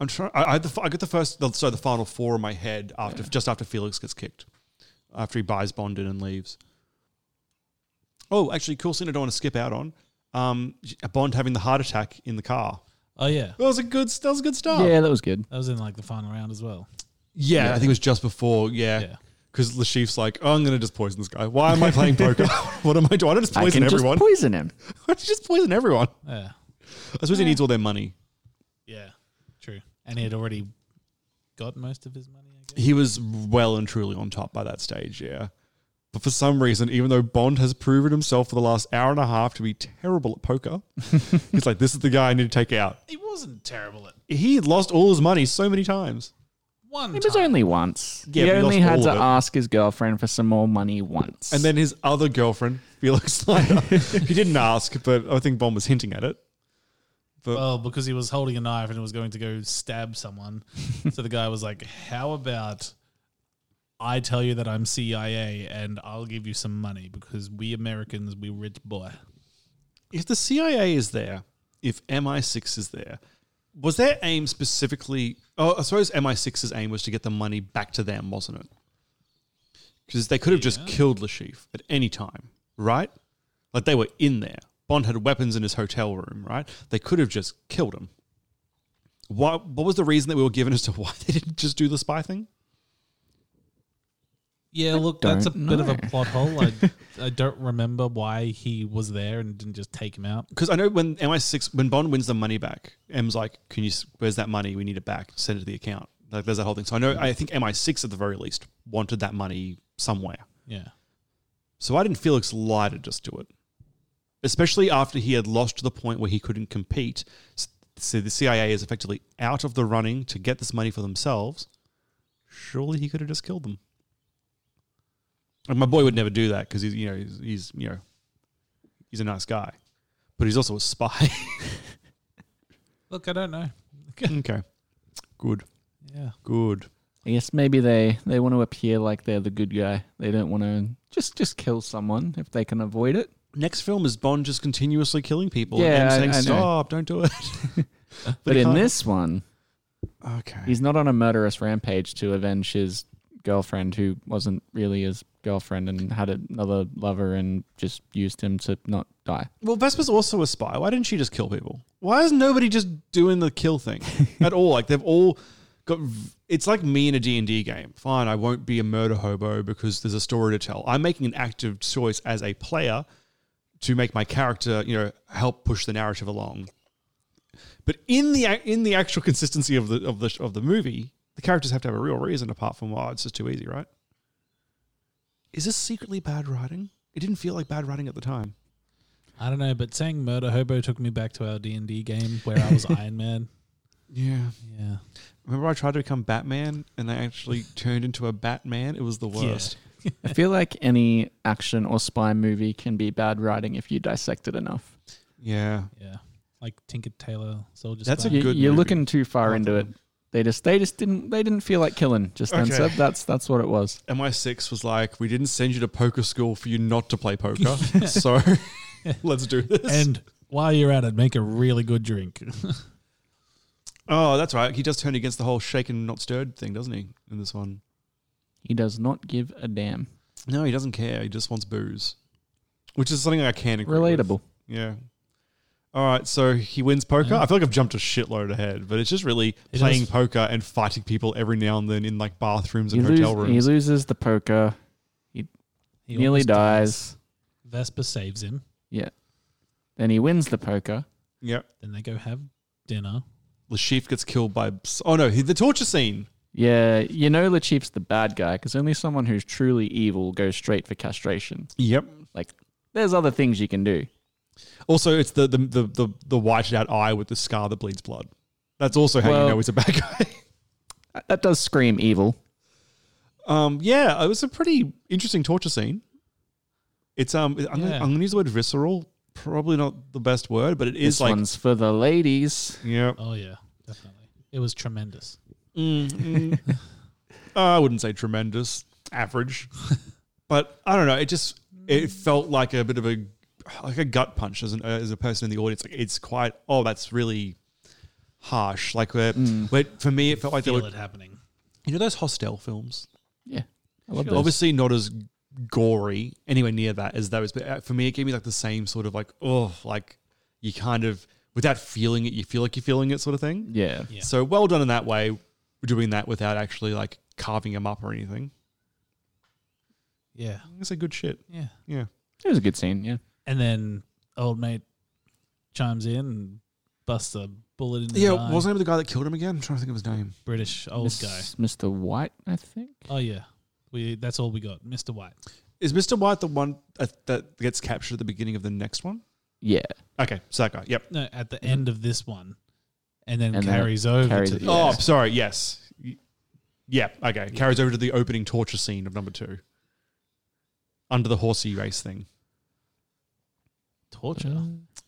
Speaker 3: I'm trying. I, I, had the, f- I got the first, the, sorry, the final four in my head after just after Felix gets kicked, after he buys Bond in and leaves. Oh, actually, cool scene I don't want to skip out on. Um, Bond having the heart attack in the car.
Speaker 5: Oh yeah.
Speaker 3: That was a good. That was a good start.
Speaker 4: Yeah, that was good.
Speaker 5: That was in like the final round as well.
Speaker 3: Yeah, I think it was just before. Yeah.
Speaker 5: Yeah.
Speaker 3: Because the chief's like, oh, I'm going to just poison this guy. Why am I playing
Speaker 4: *laughs*
Speaker 3: poker? *laughs* what am I doing? I don't just
Speaker 4: I
Speaker 3: poison
Speaker 4: can
Speaker 3: everyone.
Speaker 4: just
Speaker 3: *laughs*
Speaker 4: poison him.
Speaker 3: Why don't you just poison everyone?
Speaker 5: Yeah.
Speaker 3: I suppose he needs all their money.
Speaker 5: Yeah. True. And he had already got most of his money, I guess.
Speaker 3: He was well and truly on top by that stage, yeah. But for some reason, even though Bond has proven himself for the last hour and a half to be terrible at poker, he's like, this is the guy I need to take out.
Speaker 5: He wasn't terrible at
Speaker 3: He had lost all his money so many times.
Speaker 5: one
Speaker 4: It
Speaker 5: time.
Speaker 4: was only once.
Speaker 3: Yeah,
Speaker 4: he
Speaker 3: but he
Speaker 4: only
Speaker 3: lost
Speaker 4: had
Speaker 3: all
Speaker 4: to
Speaker 3: of it.
Speaker 4: ask his girlfriend for some more money once.
Speaker 3: And then his other girlfriend, *laughs* Felix Leiter, he didn't ask, but I think Bond was hinting at it.
Speaker 5: well, because he was holding a knife and was going to go stab *laughs* someone. so the guy was like, How about I tell you that I'm CIA and I'll give you some money because we Americans, we rich boy.
Speaker 3: If the CIA is there, if MI6 is there, was their aim specifically? Oh, I suppose MI6's aim was to get the money back to them, wasn't it? Because they could have just killed Lashif at any time, right? Like they were in there. Bond had weapons in his hotel room, right? They could have just killed him. What, what was the reason that we were given as to why *laughs* they didn't just do the spy thing?
Speaker 5: Yeah, look, that's a
Speaker 4: don't
Speaker 5: bit of a
Speaker 4: know.
Speaker 5: plot hole. I, I don't remember why he was there and didn't just take him out.
Speaker 3: because I know when MI6 when Bond wins the money back, M's like, "Can you? s- Where's that money? We need it back. Send it to the account." Like there's that whole thing. So I know I think MI6 at the very least wanted that money somewhere.
Speaker 5: Yeah.
Speaker 3: So why didn't Felix lie to just do it? Especially after he had lost to the point where he couldn't compete. S- So the CIA is effectively out of the running to get this money for themselves. Surely he could have just killed them. And my boy would never do that because he's you know he's, he's you know he's a nice guy, but he's also a spy.
Speaker 5: Look, I don't know.
Speaker 3: okay, good,
Speaker 5: Yeah.
Speaker 3: good.
Speaker 4: I guess maybe they, they want to appear like they're the good guy. They don't want to just just kill someone if they can avoid it.
Speaker 3: Next film is Bond just continuously killing people
Speaker 4: Yeah,
Speaker 3: and
Speaker 4: I-
Speaker 3: saying
Speaker 4: I know.
Speaker 3: stop, don't do it.
Speaker 4: *laughs* But,
Speaker 3: he
Speaker 4: in
Speaker 3: can't-
Speaker 4: this one,
Speaker 3: okay,
Speaker 4: he's not on a murderous rampage to avenge his girlfriend who wasn't really his girlfriend and had another lover and just used him to not die.
Speaker 3: Well, Vespa's also a spy. Why didn't she just kill people? Why is nobody just doing the kill thing at all? Like they've all got. v- It's like me in a D and D game. Fine, I won't be a murder hobo because there's a story to tell. I'm making an active choice as a player to make my character, you know, help push the narrative along. But in the ac- in the actual consistency of the of the of the movie, the characters have to have a real reason apart from oh, it's just too easy, right? Is this secretly bad writing? It didn't feel like bad writing at the time.
Speaker 5: I don't know, but saying murder hobo took me back to our D and D game where I was Iron Man.
Speaker 3: Yeah.
Speaker 5: Yeah.
Speaker 3: Remember, I tried to become Batman and I
Speaker 5: *laughs*
Speaker 3: actually turned into a Batman? It was the worst.
Speaker 4: I feel like any action or spy movie can be bad writing if you dissect it enough.
Speaker 3: Yeah.
Speaker 5: Yeah. Like Tinker Tailor Soldier
Speaker 3: That's a
Speaker 5: Spy.
Speaker 4: You,
Speaker 3: good
Speaker 4: you're
Speaker 3: movie.
Speaker 4: looking too far
Speaker 3: I
Speaker 4: into it.
Speaker 3: thought-
Speaker 4: They just they just didn't they didn't feel like killing just then.
Speaker 3: Okay.
Speaker 4: So that's that's what it was.
Speaker 3: MI6 was like, we didn't send you to poker school for you not to play
Speaker 5: *laughs*
Speaker 3: poker. *laughs* so let's do this.
Speaker 5: and while you're at it, make a really good drink.
Speaker 3: oh, that's right. He does turn against the whole shaken, not stirred thing, doesn't he? In this one.
Speaker 4: He does not give a damn.
Speaker 3: No, he doesn't care. He just wants booze, which is something I can agree with.
Speaker 4: Relatable.
Speaker 3: Yeah. All right, so he wins poker.
Speaker 5: Yeah.
Speaker 3: I feel like I've jumped a shitload ahead, but it's just really
Speaker 5: It
Speaker 3: playing
Speaker 5: is.
Speaker 3: poker and fighting people every now and then in like bathrooms
Speaker 4: He,
Speaker 3: and hotel
Speaker 4: lose- he
Speaker 3: rooms.
Speaker 4: loses the poker.
Speaker 5: He
Speaker 4: nearly
Speaker 5: almost
Speaker 4: dies.
Speaker 5: Vespa saves him.
Speaker 4: Then he wins the poker.
Speaker 3: Yeah.
Speaker 5: Then they go have dinner.
Speaker 3: Lashif gets killed by. Oh no, he- the torture scene.
Speaker 4: Yeah, you know Lachif's the bad guy because only someone who's truly evil goes straight for castration.
Speaker 3: Yep.
Speaker 4: There's other things you can do.
Speaker 3: Also, it's the the the the, the whited out eye with the scar that bleeds blood. That's also how
Speaker 4: Well-
Speaker 3: you know he's a bad guy. *laughs*
Speaker 4: That- Uh, That does scream evil.
Speaker 3: um, yeah, it was a pretty interesting torture scene. It's um, I'm, gonna,
Speaker 5: Yeah.
Speaker 3: I'm gonna use the word visceral. Probably not the best word, but it is
Speaker 4: this
Speaker 3: like
Speaker 4: one's for the ladies.
Speaker 3: yeah.
Speaker 5: Oh yeah, definitely. It was tremendous.
Speaker 3: Mm, mm. Uh, I wouldn't say tremendous, average, but I don't know. It just it felt like a bit of a like a gut punch as an uh, as a person in the audience. Like it's quite oh that's really harsh. Like where, where for me it felt like they
Speaker 5: Feel
Speaker 3: were
Speaker 5: it happening.
Speaker 3: you know those hostel films.
Speaker 4: Yeah, I love those.
Speaker 3: Obviously not as gory anywhere near that as those, but uh, for me it gave me like the same sort of like oh like you kind of without feeling it you feel like you're feeling it sort of thing.
Speaker 4: Yeah.
Speaker 5: Yeah.
Speaker 3: So well done in that way, doing that without actually like carving him up or anything.
Speaker 5: Yeah,
Speaker 3: That's a good shit.
Speaker 5: yeah.
Speaker 3: Yeah.
Speaker 4: it was a good scene. Yeah,
Speaker 5: And then old mate chimes in and busts a bullet in the
Speaker 3: Yeah.
Speaker 5: eye.
Speaker 3: What's the name of the guy that killed him again? I'm trying to think of his name.
Speaker 5: British old
Speaker 4: Miss-
Speaker 5: guy.
Speaker 4: Mr. White, I think.
Speaker 5: Oh yeah, we. That's all we got, Mister White.
Speaker 3: Is Mr. White the one that, that gets captured at the beginning of the next one?
Speaker 4: Yeah,
Speaker 3: Okay. So that guy. Yep.
Speaker 5: No, at the end of this one, and then
Speaker 4: And then it
Speaker 5: carries over
Speaker 4: carries
Speaker 5: to
Speaker 4: it,
Speaker 5: the.
Speaker 4: yeah.
Speaker 3: Oh, sorry. Yes. Y- Yeah. Okay. Carries over to the opening torture scene of number two. Under the horsey race thing.
Speaker 5: torture.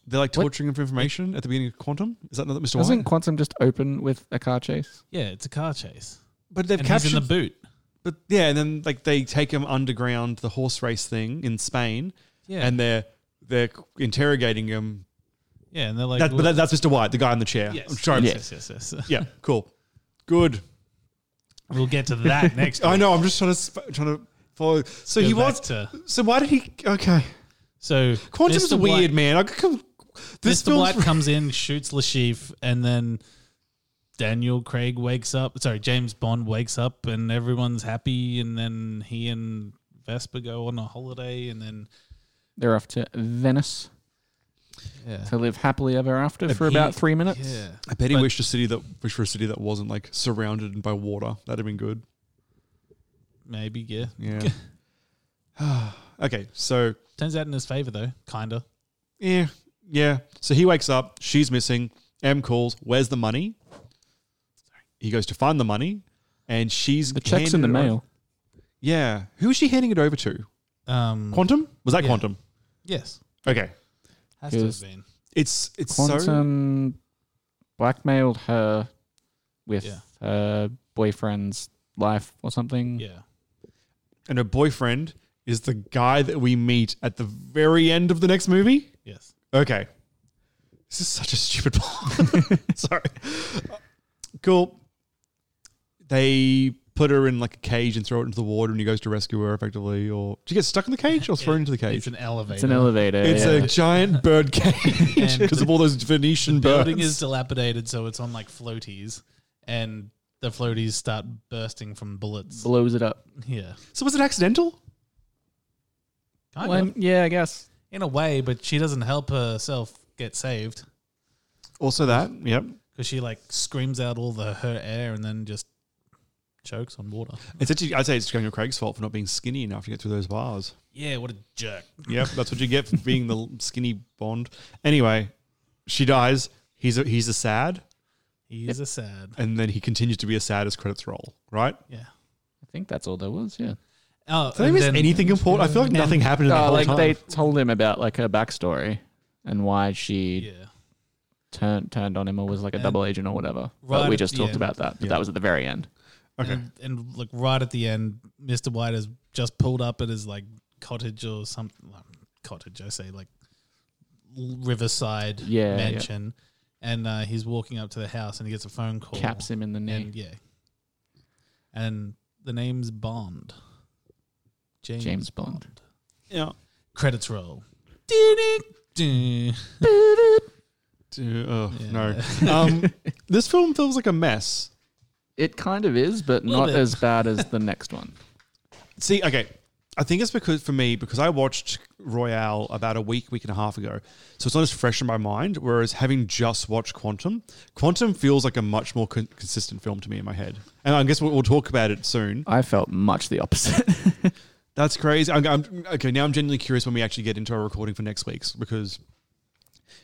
Speaker 3: They're like
Speaker 4: What?
Speaker 3: torturing him for information at the beginning of Quantum. Is that not Mr.
Speaker 4: doesn't
Speaker 3: White?
Speaker 4: Quantum just open with a car chase?
Speaker 5: Yeah, it's a car chase.
Speaker 3: But they've
Speaker 5: And he's
Speaker 3: captured
Speaker 5: in the boot.
Speaker 3: But yeah, and then like they take him underground the horse race thing in Spain,
Speaker 5: Yeah,
Speaker 3: and they're they're interrogating him.
Speaker 5: yeah, and they're like,
Speaker 3: that, but that, that's Mr. White, the guy in the chair.
Speaker 5: yes,
Speaker 3: I'm sorry.
Speaker 5: yes, yes, yes, yes.
Speaker 3: Yeah, cool, good.
Speaker 5: *laughs* We'll get
Speaker 3: *laughs*
Speaker 5: to that next.
Speaker 3: I
Speaker 5: week.
Speaker 3: know. I'm just trying to sp- trying to follow. So
Speaker 5: Go
Speaker 3: he
Speaker 5: back
Speaker 3: was.
Speaker 5: to-
Speaker 3: so why did he? Okay,
Speaker 5: So
Speaker 3: Quantum's
Speaker 5: Mr.
Speaker 3: weird,
Speaker 5: White-
Speaker 3: man. I could come, this
Speaker 5: Mr. White
Speaker 3: film's
Speaker 5: comes in, shoots Lashif, and then Daniel Craig wakes up. Sorry, James Bond wakes up, and everyone's happy. And then he and Vespa go on a holiday, and then
Speaker 4: They're off to Venice.
Speaker 5: Yeah.
Speaker 4: to live happily ever after for
Speaker 5: He-
Speaker 4: about three minutes.
Speaker 5: Yeah.
Speaker 7: I bet he
Speaker 5: But-
Speaker 7: wished a city that wished for a city that wasn't like surrounded by water. That'd have been good.
Speaker 5: Maybe, yeah.
Speaker 4: *laughs*
Speaker 3: *sighs*
Speaker 7: Yeah. okay, so
Speaker 5: *laughs* Turns out in his favor though, kinda.
Speaker 7: yeah, yeah.
Speaker 3: So he wakes up, she's missing. M calls, where's the money? He goes to find the money, and she's
Speaker 4: The check's in the
Speaker 3: handed it
Speaker 4: mail.
Speaker 3: over- Yeah, who is she handing it over to?
Speaker 5: Um
Speaker 3: Quantum? Was that
Speaker 5: Yeah.
Speaker 3: Quantum?
Speaker 5: yes.
Speaker 3: Okay,
Speaker 5: Has to have
Speaker 4: Yes.
Speaker 5: been.
Speaker 3: it's it's so
Speaker 4: Quantum blackmailed her with
Speaker 5: Yeah.
Speaker 4: her boyfriend's life or something.
Speaker 5: Yeah.
Speaker 3: and her boyfriend is the guy that we meet at the very end of the next movie.
Speaker 5: Yes.
Speaker 3: Okay. This is such a stupid *laughs* plot. Sorry. Cool. They put her in like a cage and throw it into the water and he goes to rescue her effectively or she gets stuck in the cage or thrown into the cage.
Speaker 5: It's an elevator.
Speaker 4: It's an elevator.
Speaker 3: It's
Speaker 4: yeah.
Speaker 3: a
Speaker 5: *laughs*
Speaker 3: giant bird cage *laughs*
Speaker 5: And
Speaker 3: because of all those Venetian
Speaker 5: building
Speaker 3: birds.
Speaker 5: is dilapidated, so it's on like floaties, and the floaties start bursting from bullets.
Speaker 4: blows it up.
Speaker 5: Yeah,
Speaker 3: so was it accidental?
Speaker 5: kind
Speaker 4: Well,
Speaker 5: of
Speaker 4: I'm- yeah, I guess.
Speaker 5: in a way, but she doesn't help herself get saved
Speaker 3: Also that, yep.
Speaker 5: because she like screams out all the her air and then just chokes on water.
Speaker 3: It's actually, I'd say it's Daniel Craig's fault for not being skinny enough to get through those bars.
Speaker 5: Yeah, what a jerk! *laughs*
Speaker 3: Yep, that's what you get for being the skinny Bond. Anyway, she dies. He's a, he's a sad,
Speaker 5: He's a sad.
Speaker 3: and then he continues to be a sad as credits roll. Right?
Speaker 5: Yeah.
Speaker 4: I think that's all there was. Yeah.
Speaker 5: Oh,
Speaker 3: Did I
Speaker 5: and
Speaker 3: miss
Speaker 5: then-
Speaker 3: anything important? I feel like nothing happened in the
Speaker 4: Oh,
Speaker 3: whole
Speaker 4: like
Speaker 3: time.
Speaker 4: they told him about like her backstory and why she
Speaker 5: Yeah.
Speaker 4: turned turned on him or was like a double agent or whatever.
Speaker 5: right
Speaker 4: but we
Speaker 5: at
Speaker 4: just
Speaker 5: the
Speaker 4: talked
Speaker 5: end.
Speaker 4: about that. But that was at the very end.
Speaker 3: okay,
Speaker 5: And, and like right at the end, Mr. White has just pulled up at his like cottage or something. well, Cottage, I say like l- riverside
Speaker 4: Yeah, yeah.
Speaker 5: mansion. And uh, he's walking up to the house and he gets a phone call.
Speaker 4: Caps him in the knee.
Speaker 5: And yeah. And the name's Bond. James,
Speaker 4: James Bond.
Speaker 3: yeah.
Speaker 5: Credits roll.
Speaker 3: Do- oh,
Speaker 5: Yeah.
Speaker 3: No, um,
Speaker 5: *laughs*
Speaker 3: this film feels like a mess.
Speaker 4: It kind of is, but
Speaker 5: Little
Speaker 4: not
Speaker 5: bit.
Speaker 4: as bad as the next one.
Speaker 3: See, okay, I think it's because for me because I watched Royale about a week, week and a half ago, so it's not as fresh in my mind. Whereas having just watched Quantum, Quantum feels like a much more con- consistent film to me in my head. And I guess we'll, we'll talk about it soon.
Speaker 4: I felt much the opposite.
Speaker 3: That's crazy. I'm, I'm, okay, now I'm genuinely curious when we actually get into our recording for next week's because,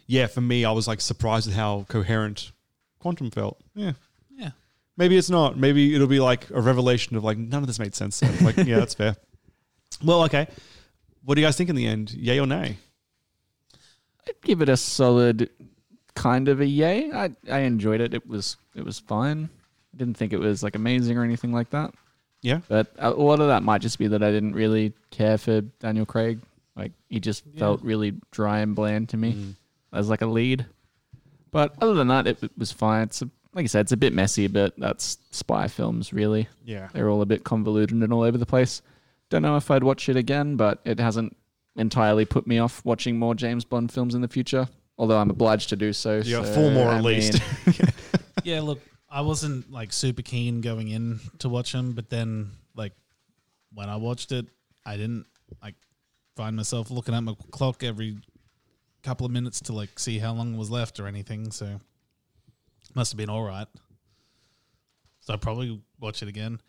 Speaker 3: yeah, for me, I was like surprised at how coherent Quantum felt. Yeah.
Speaker 5: Yeah.
Speaker 3: Maybe it's not. Maybe it'll be like a revelation of like, none of this made sense. So, like, yeah, that's *laughs* fair. Well, okay. What do you guys think in the end? Yay or nay?
Speaker 4: I'd give it a solid kind of a yay. I I enjoyed it. It was it was fine. I didn't think it was like amazing or anything like that.
Speaker 3: Yeah.
Speaker 4: But a lot of that might just be that I didn't really care for Daniel Craig. Like he just felt really dry and bland to me as like a lead. But other than that, it, it was fine. It's a, like I said, it's a bit messy, but that's spy films really.
Speaker 3: Yeah.
Speaker 4: They're all a bit convoluted and all over the place. Don't know if I'd watch it again, but it hasn't entirely put me off watching more James Bond films in the future. Although I'm obliged to do so.
Speaker 3: Yeah,
Speaker 4: so,
Speaker 3: four more at
Speaker 4: uh, I
Speaker 3: least.
Speaker 4: mean,
Speaker 5: yeah, look, I wasn't like super keen going in to watch him, but then like when I watched it, I didn't like find myself looking at my clock every couple of minutes to like see how long was left or anything. So must have been all right. So I probably watch it again.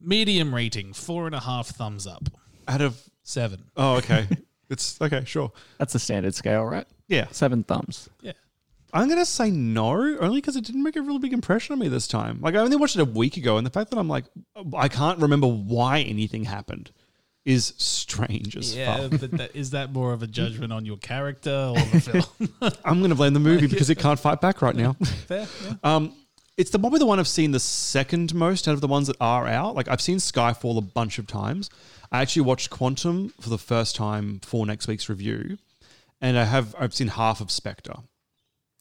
Speaker 5: Medium rating, four and a half thumbs up,
Speaker 3: Out of,
Speaker 5: seven.
Speaker 3: oh, *laughs* okay. it's okay, sure.
Speaker 4: *laughs* that's a standard scale, right?
Speaker 3: Yeah.
Speaker 4: Seven thumbs.
Speaker 5: Yeah,
Speaker 3: I'm gonna say no, only because it didn't make a really big impression on me this time. Like I only watched it a week ago, and the fact that I'm like, I can't remember why anything happened, is strange as
Speaker 5: yeah.
Speaker 3: fuck.
Speaker 5: But that, is that more of a judgment on your character or the *laughs* film?
Speaker 3: I'm gonna blame the
Speaker 5: *laughs*
Speaker 3: movie because it can't fight back right now.
Speaker 5: Fair. Yeah.
Speaker 3: *laughs* Um, it's the probably the one I've seen the second most out of the ones that are out. Like I've seen Skyfall a bunch of times. I actually watched Quantum for the first time for next week's review, and I have I've seen half of Spectre,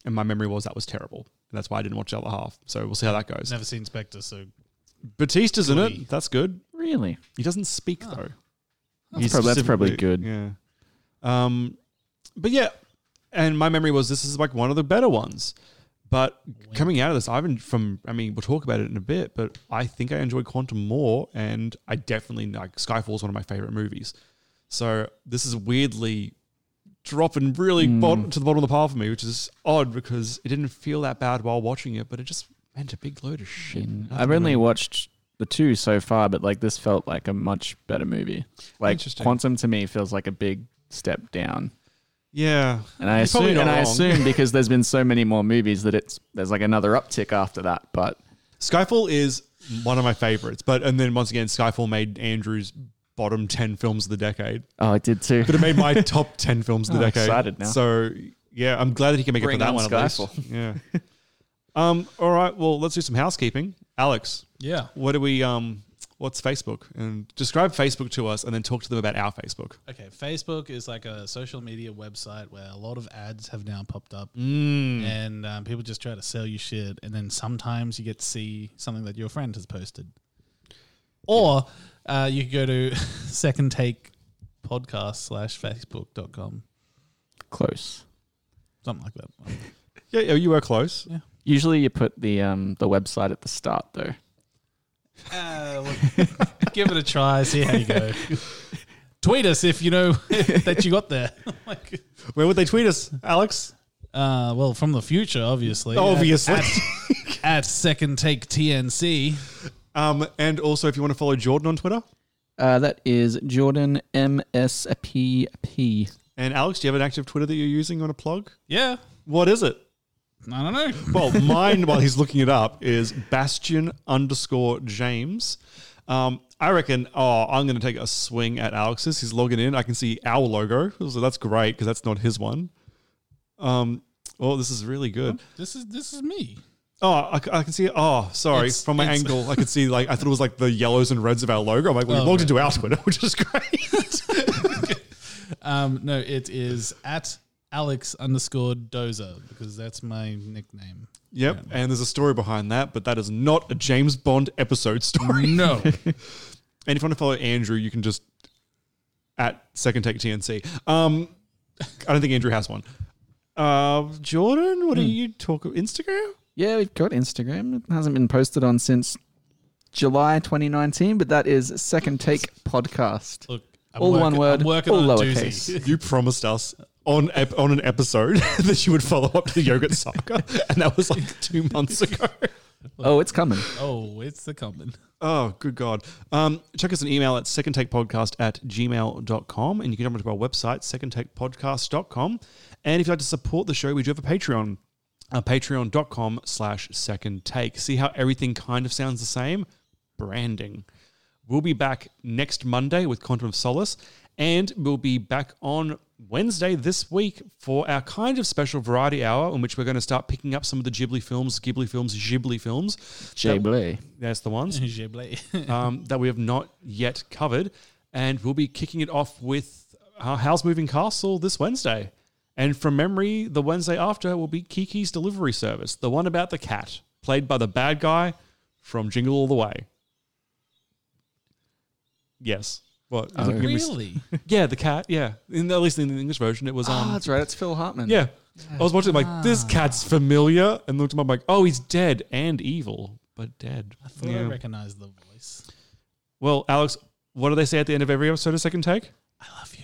Speaker 3: and my memory was that was terrible. And that's why I didn't watch the other half. So we'll see how that goes.
Speaker 5: Never seen Spectre, so
Speaker 3: Batista's in
Speaker 5: Glee.
Speaker 3: it. That's good.
Speaker 4: Really?
Speaker 3: He doesn't speak though.
Speaker 4: That's, prob- that's probably good.
Speaker 3: Yeah. Um, but yeah, and my memory was this is like one of the better ones. But coming out of this, I've been from. I mean, we'll talk about it in a bit, but I think I enjoyed Quantum more, and I definitely like Skyfall's one of my favorite movies. So this is weirdly dropping really
Speaker 4: Hmm.
Speaker 3: bot- to the bottom of the pile for me, which is odd because it didn't feel that bad while watching it, but it just meant a big load of shit.
Speaker 4: I've only watched the two so far, but like this felt like a much better movie. Like
Speaker 3: Interesting.
Speaker 4: Quantum to me feels like a big step down.
Speaker 3: Yeah.
Speaker 4: And I
Speaker 3: You're
Speaker 4: assume,
Speaker 3: probably
Speaker 4: and
Speaker 3: not
Speaker 4: I
Speaker 3: wrong. *laughs*
Speaker 4: assume because there's been so many more movies that it's there's like another uptick after that. But
Speaker 3: Skyfall is one of my favorites, but and then once again, Skyfall made Andrew's bottom ten films of the decade,
Speaker 4: oh, it did too.
Speaker 3: but it made
Speaker 4: *laughs*
Speaker 3: my top ten films of the
Speaker 4: I'm
Speaker 3: decade.
Speaker 4: excited now.
Speaker 3: So yeah, I'm glad that he can make
Speaker 4: Bring
Speaker 3: it for that
Speaker 4: on
Speaker 3: one. At least. *laughs* Yeah. um. All right. Well, let's do some housekeeping. Alex,
Speaker 5: Yeah.
Speaker 3: what do we um? What's Facebook? And describe Facebook to us, and then talk to them about our Facebook.
Speaker 5: Okay, Facebook is like a social media website where a lot of ads have now popped up,
Speaker 3: Mm.
Speaker 5: and um, people just try to sell you shit. And then sometimes you get to see something that your friend has posted, or uh, you could go to *laughs* Second Take Podcast slash Facebook.com,
Speaker 4: Close.
Speaker 5: something like that.
Speaker 3: Yeah, yeah, you were close.
Speaker 4: Usually you put the um the website at the start though.
Speaker 5: Uh, look, *laughs* give it a try, see how you
Speaker 3: *laughs*
Speaker 5: go. Tweet us if you know *laughs* that you got there. *laughs* like,
Speaker 3: Where would they tweet us, Alex? Oh,
Speaker 5: uh, well, from the future, obviously.
Speaker 3: Obviously.
Speaker 5: At, at Second Take TNC.
Speaker 3: *laughs* Um, and also if you want to follow Jordan on Twitter.
Speaker 4: Uh, that is Jordan MSPP.
Speaker 3: And Alex, do you have an active Twitter that you're using on a plug?
Speaker 5: Yeah.
Speaker 3: What is it?
Speaker 5: I don't know.
Speaker 3: Well, *laughs* mine while he's looking it up is Bastion underscore James. Um, I reckon. Oh, I'm going to take a swing at Alex's. He's logging in. I can see our logo, so that's great because that's not his one. Um. Oh, this is really good.
Speaker 5: This is this is me.
Speaker 3: Oh, I, c- I can see. Oh, sorry.
Speaker 5: It's-
Speaker 3: From my
Speaker 5: it's-
Speaker 3: angle, I could see like I thought it was like the yellows and reds of our logo. I'm like, well,
Speaker 5: Oh,
Speaker 3: we logged
Speaker 5: right.
Speaker 3: into our Twitter, *laughs* which is
Speaker 5: *laughs*
Speaker 3: great.
Speaker 5: Um, no, it is at Alex underscore Dozer because that's my nickname.
Speaker 3: yep. And there's a story behind that, but that is not a James Bond episode story.
Speaker 5: No.
Speaker 3: And if you want to follow Andrew, you can just at Second Take TNC. Um, I don't think Andrew has one. Uh, Jordan, what do you talk Instagram?
Speaker 4: Yeah, we've got Instagram. It hasn't been posted on since July 2019, but that is Second Take Podcast.
Speaker 5: Look, I'm
Speaker 4: All
Speaker 5: working,
Speaker 4: one word,
Speaker 5: I'm working
Speaker 4: all
Speaker 5: on a
Speaker 4: lowercase.
Speaker 5: doozy.
Speaker 3: You promised us on ep- on an episode *laughs* that you would follow up to the yogurt saga, and that was like two months ago.
Speaker 4: Oh, it's coming.
Speaker 5: Oh, it's the *laughs* coming.
Speaker 3: Oh, good God. Um, check us an email at secondtakepodcast at gmail.com and you can jump onto our website, secondtakepodcast.com. And if you'd like to support the show, we do have a Patreon, uh, patreon.com slash second take. See how everything kind of sounds the same? Branding. We'll be back next Monday with Quantum of Solace, and we'll be back on Wednesday this week for our kind of special variety hour in which we're going to start picking up some of the Ghibli films, Ghibli films, Ghibli films.
Speaker 4: Jay Blay.
Speaker 3: That's the ones
Speaker 5: Giblet.
Speaker 3: um, that we have not yet covered. And we'll be kicking it off with uh, How's Moving Castle this Wednesday. And from memory, the Wednesday after will be Kiki's Delivery Service, the one about the cat, played by the bad guy from Jingle All the Way. Yes. What?
Speaker 4: Oh,
Speaker 5: *laughs*
Speaker 3: You're looking at me-
Speaker 5: Oh. really?
Speaker 3: Yeah, the cat. Yeah. In, at least in the English version, it was. Um,
Speaker 5: Ah,
Speaker 4: Oh, that's right. It's Phil Hartman.
Speaker 3: yeah. I was watching, like, this cat's familiar. And looked at him, I'm like, oh, he's dead and evil, but dead.
Speaker 5: I thought I
Speaker 3: Yeah.
Speaker 5: recognized the voice.
Speaker 3: Well, Alex, what do they say at the end of every episode of Second Take?
Speaker 5: I love you.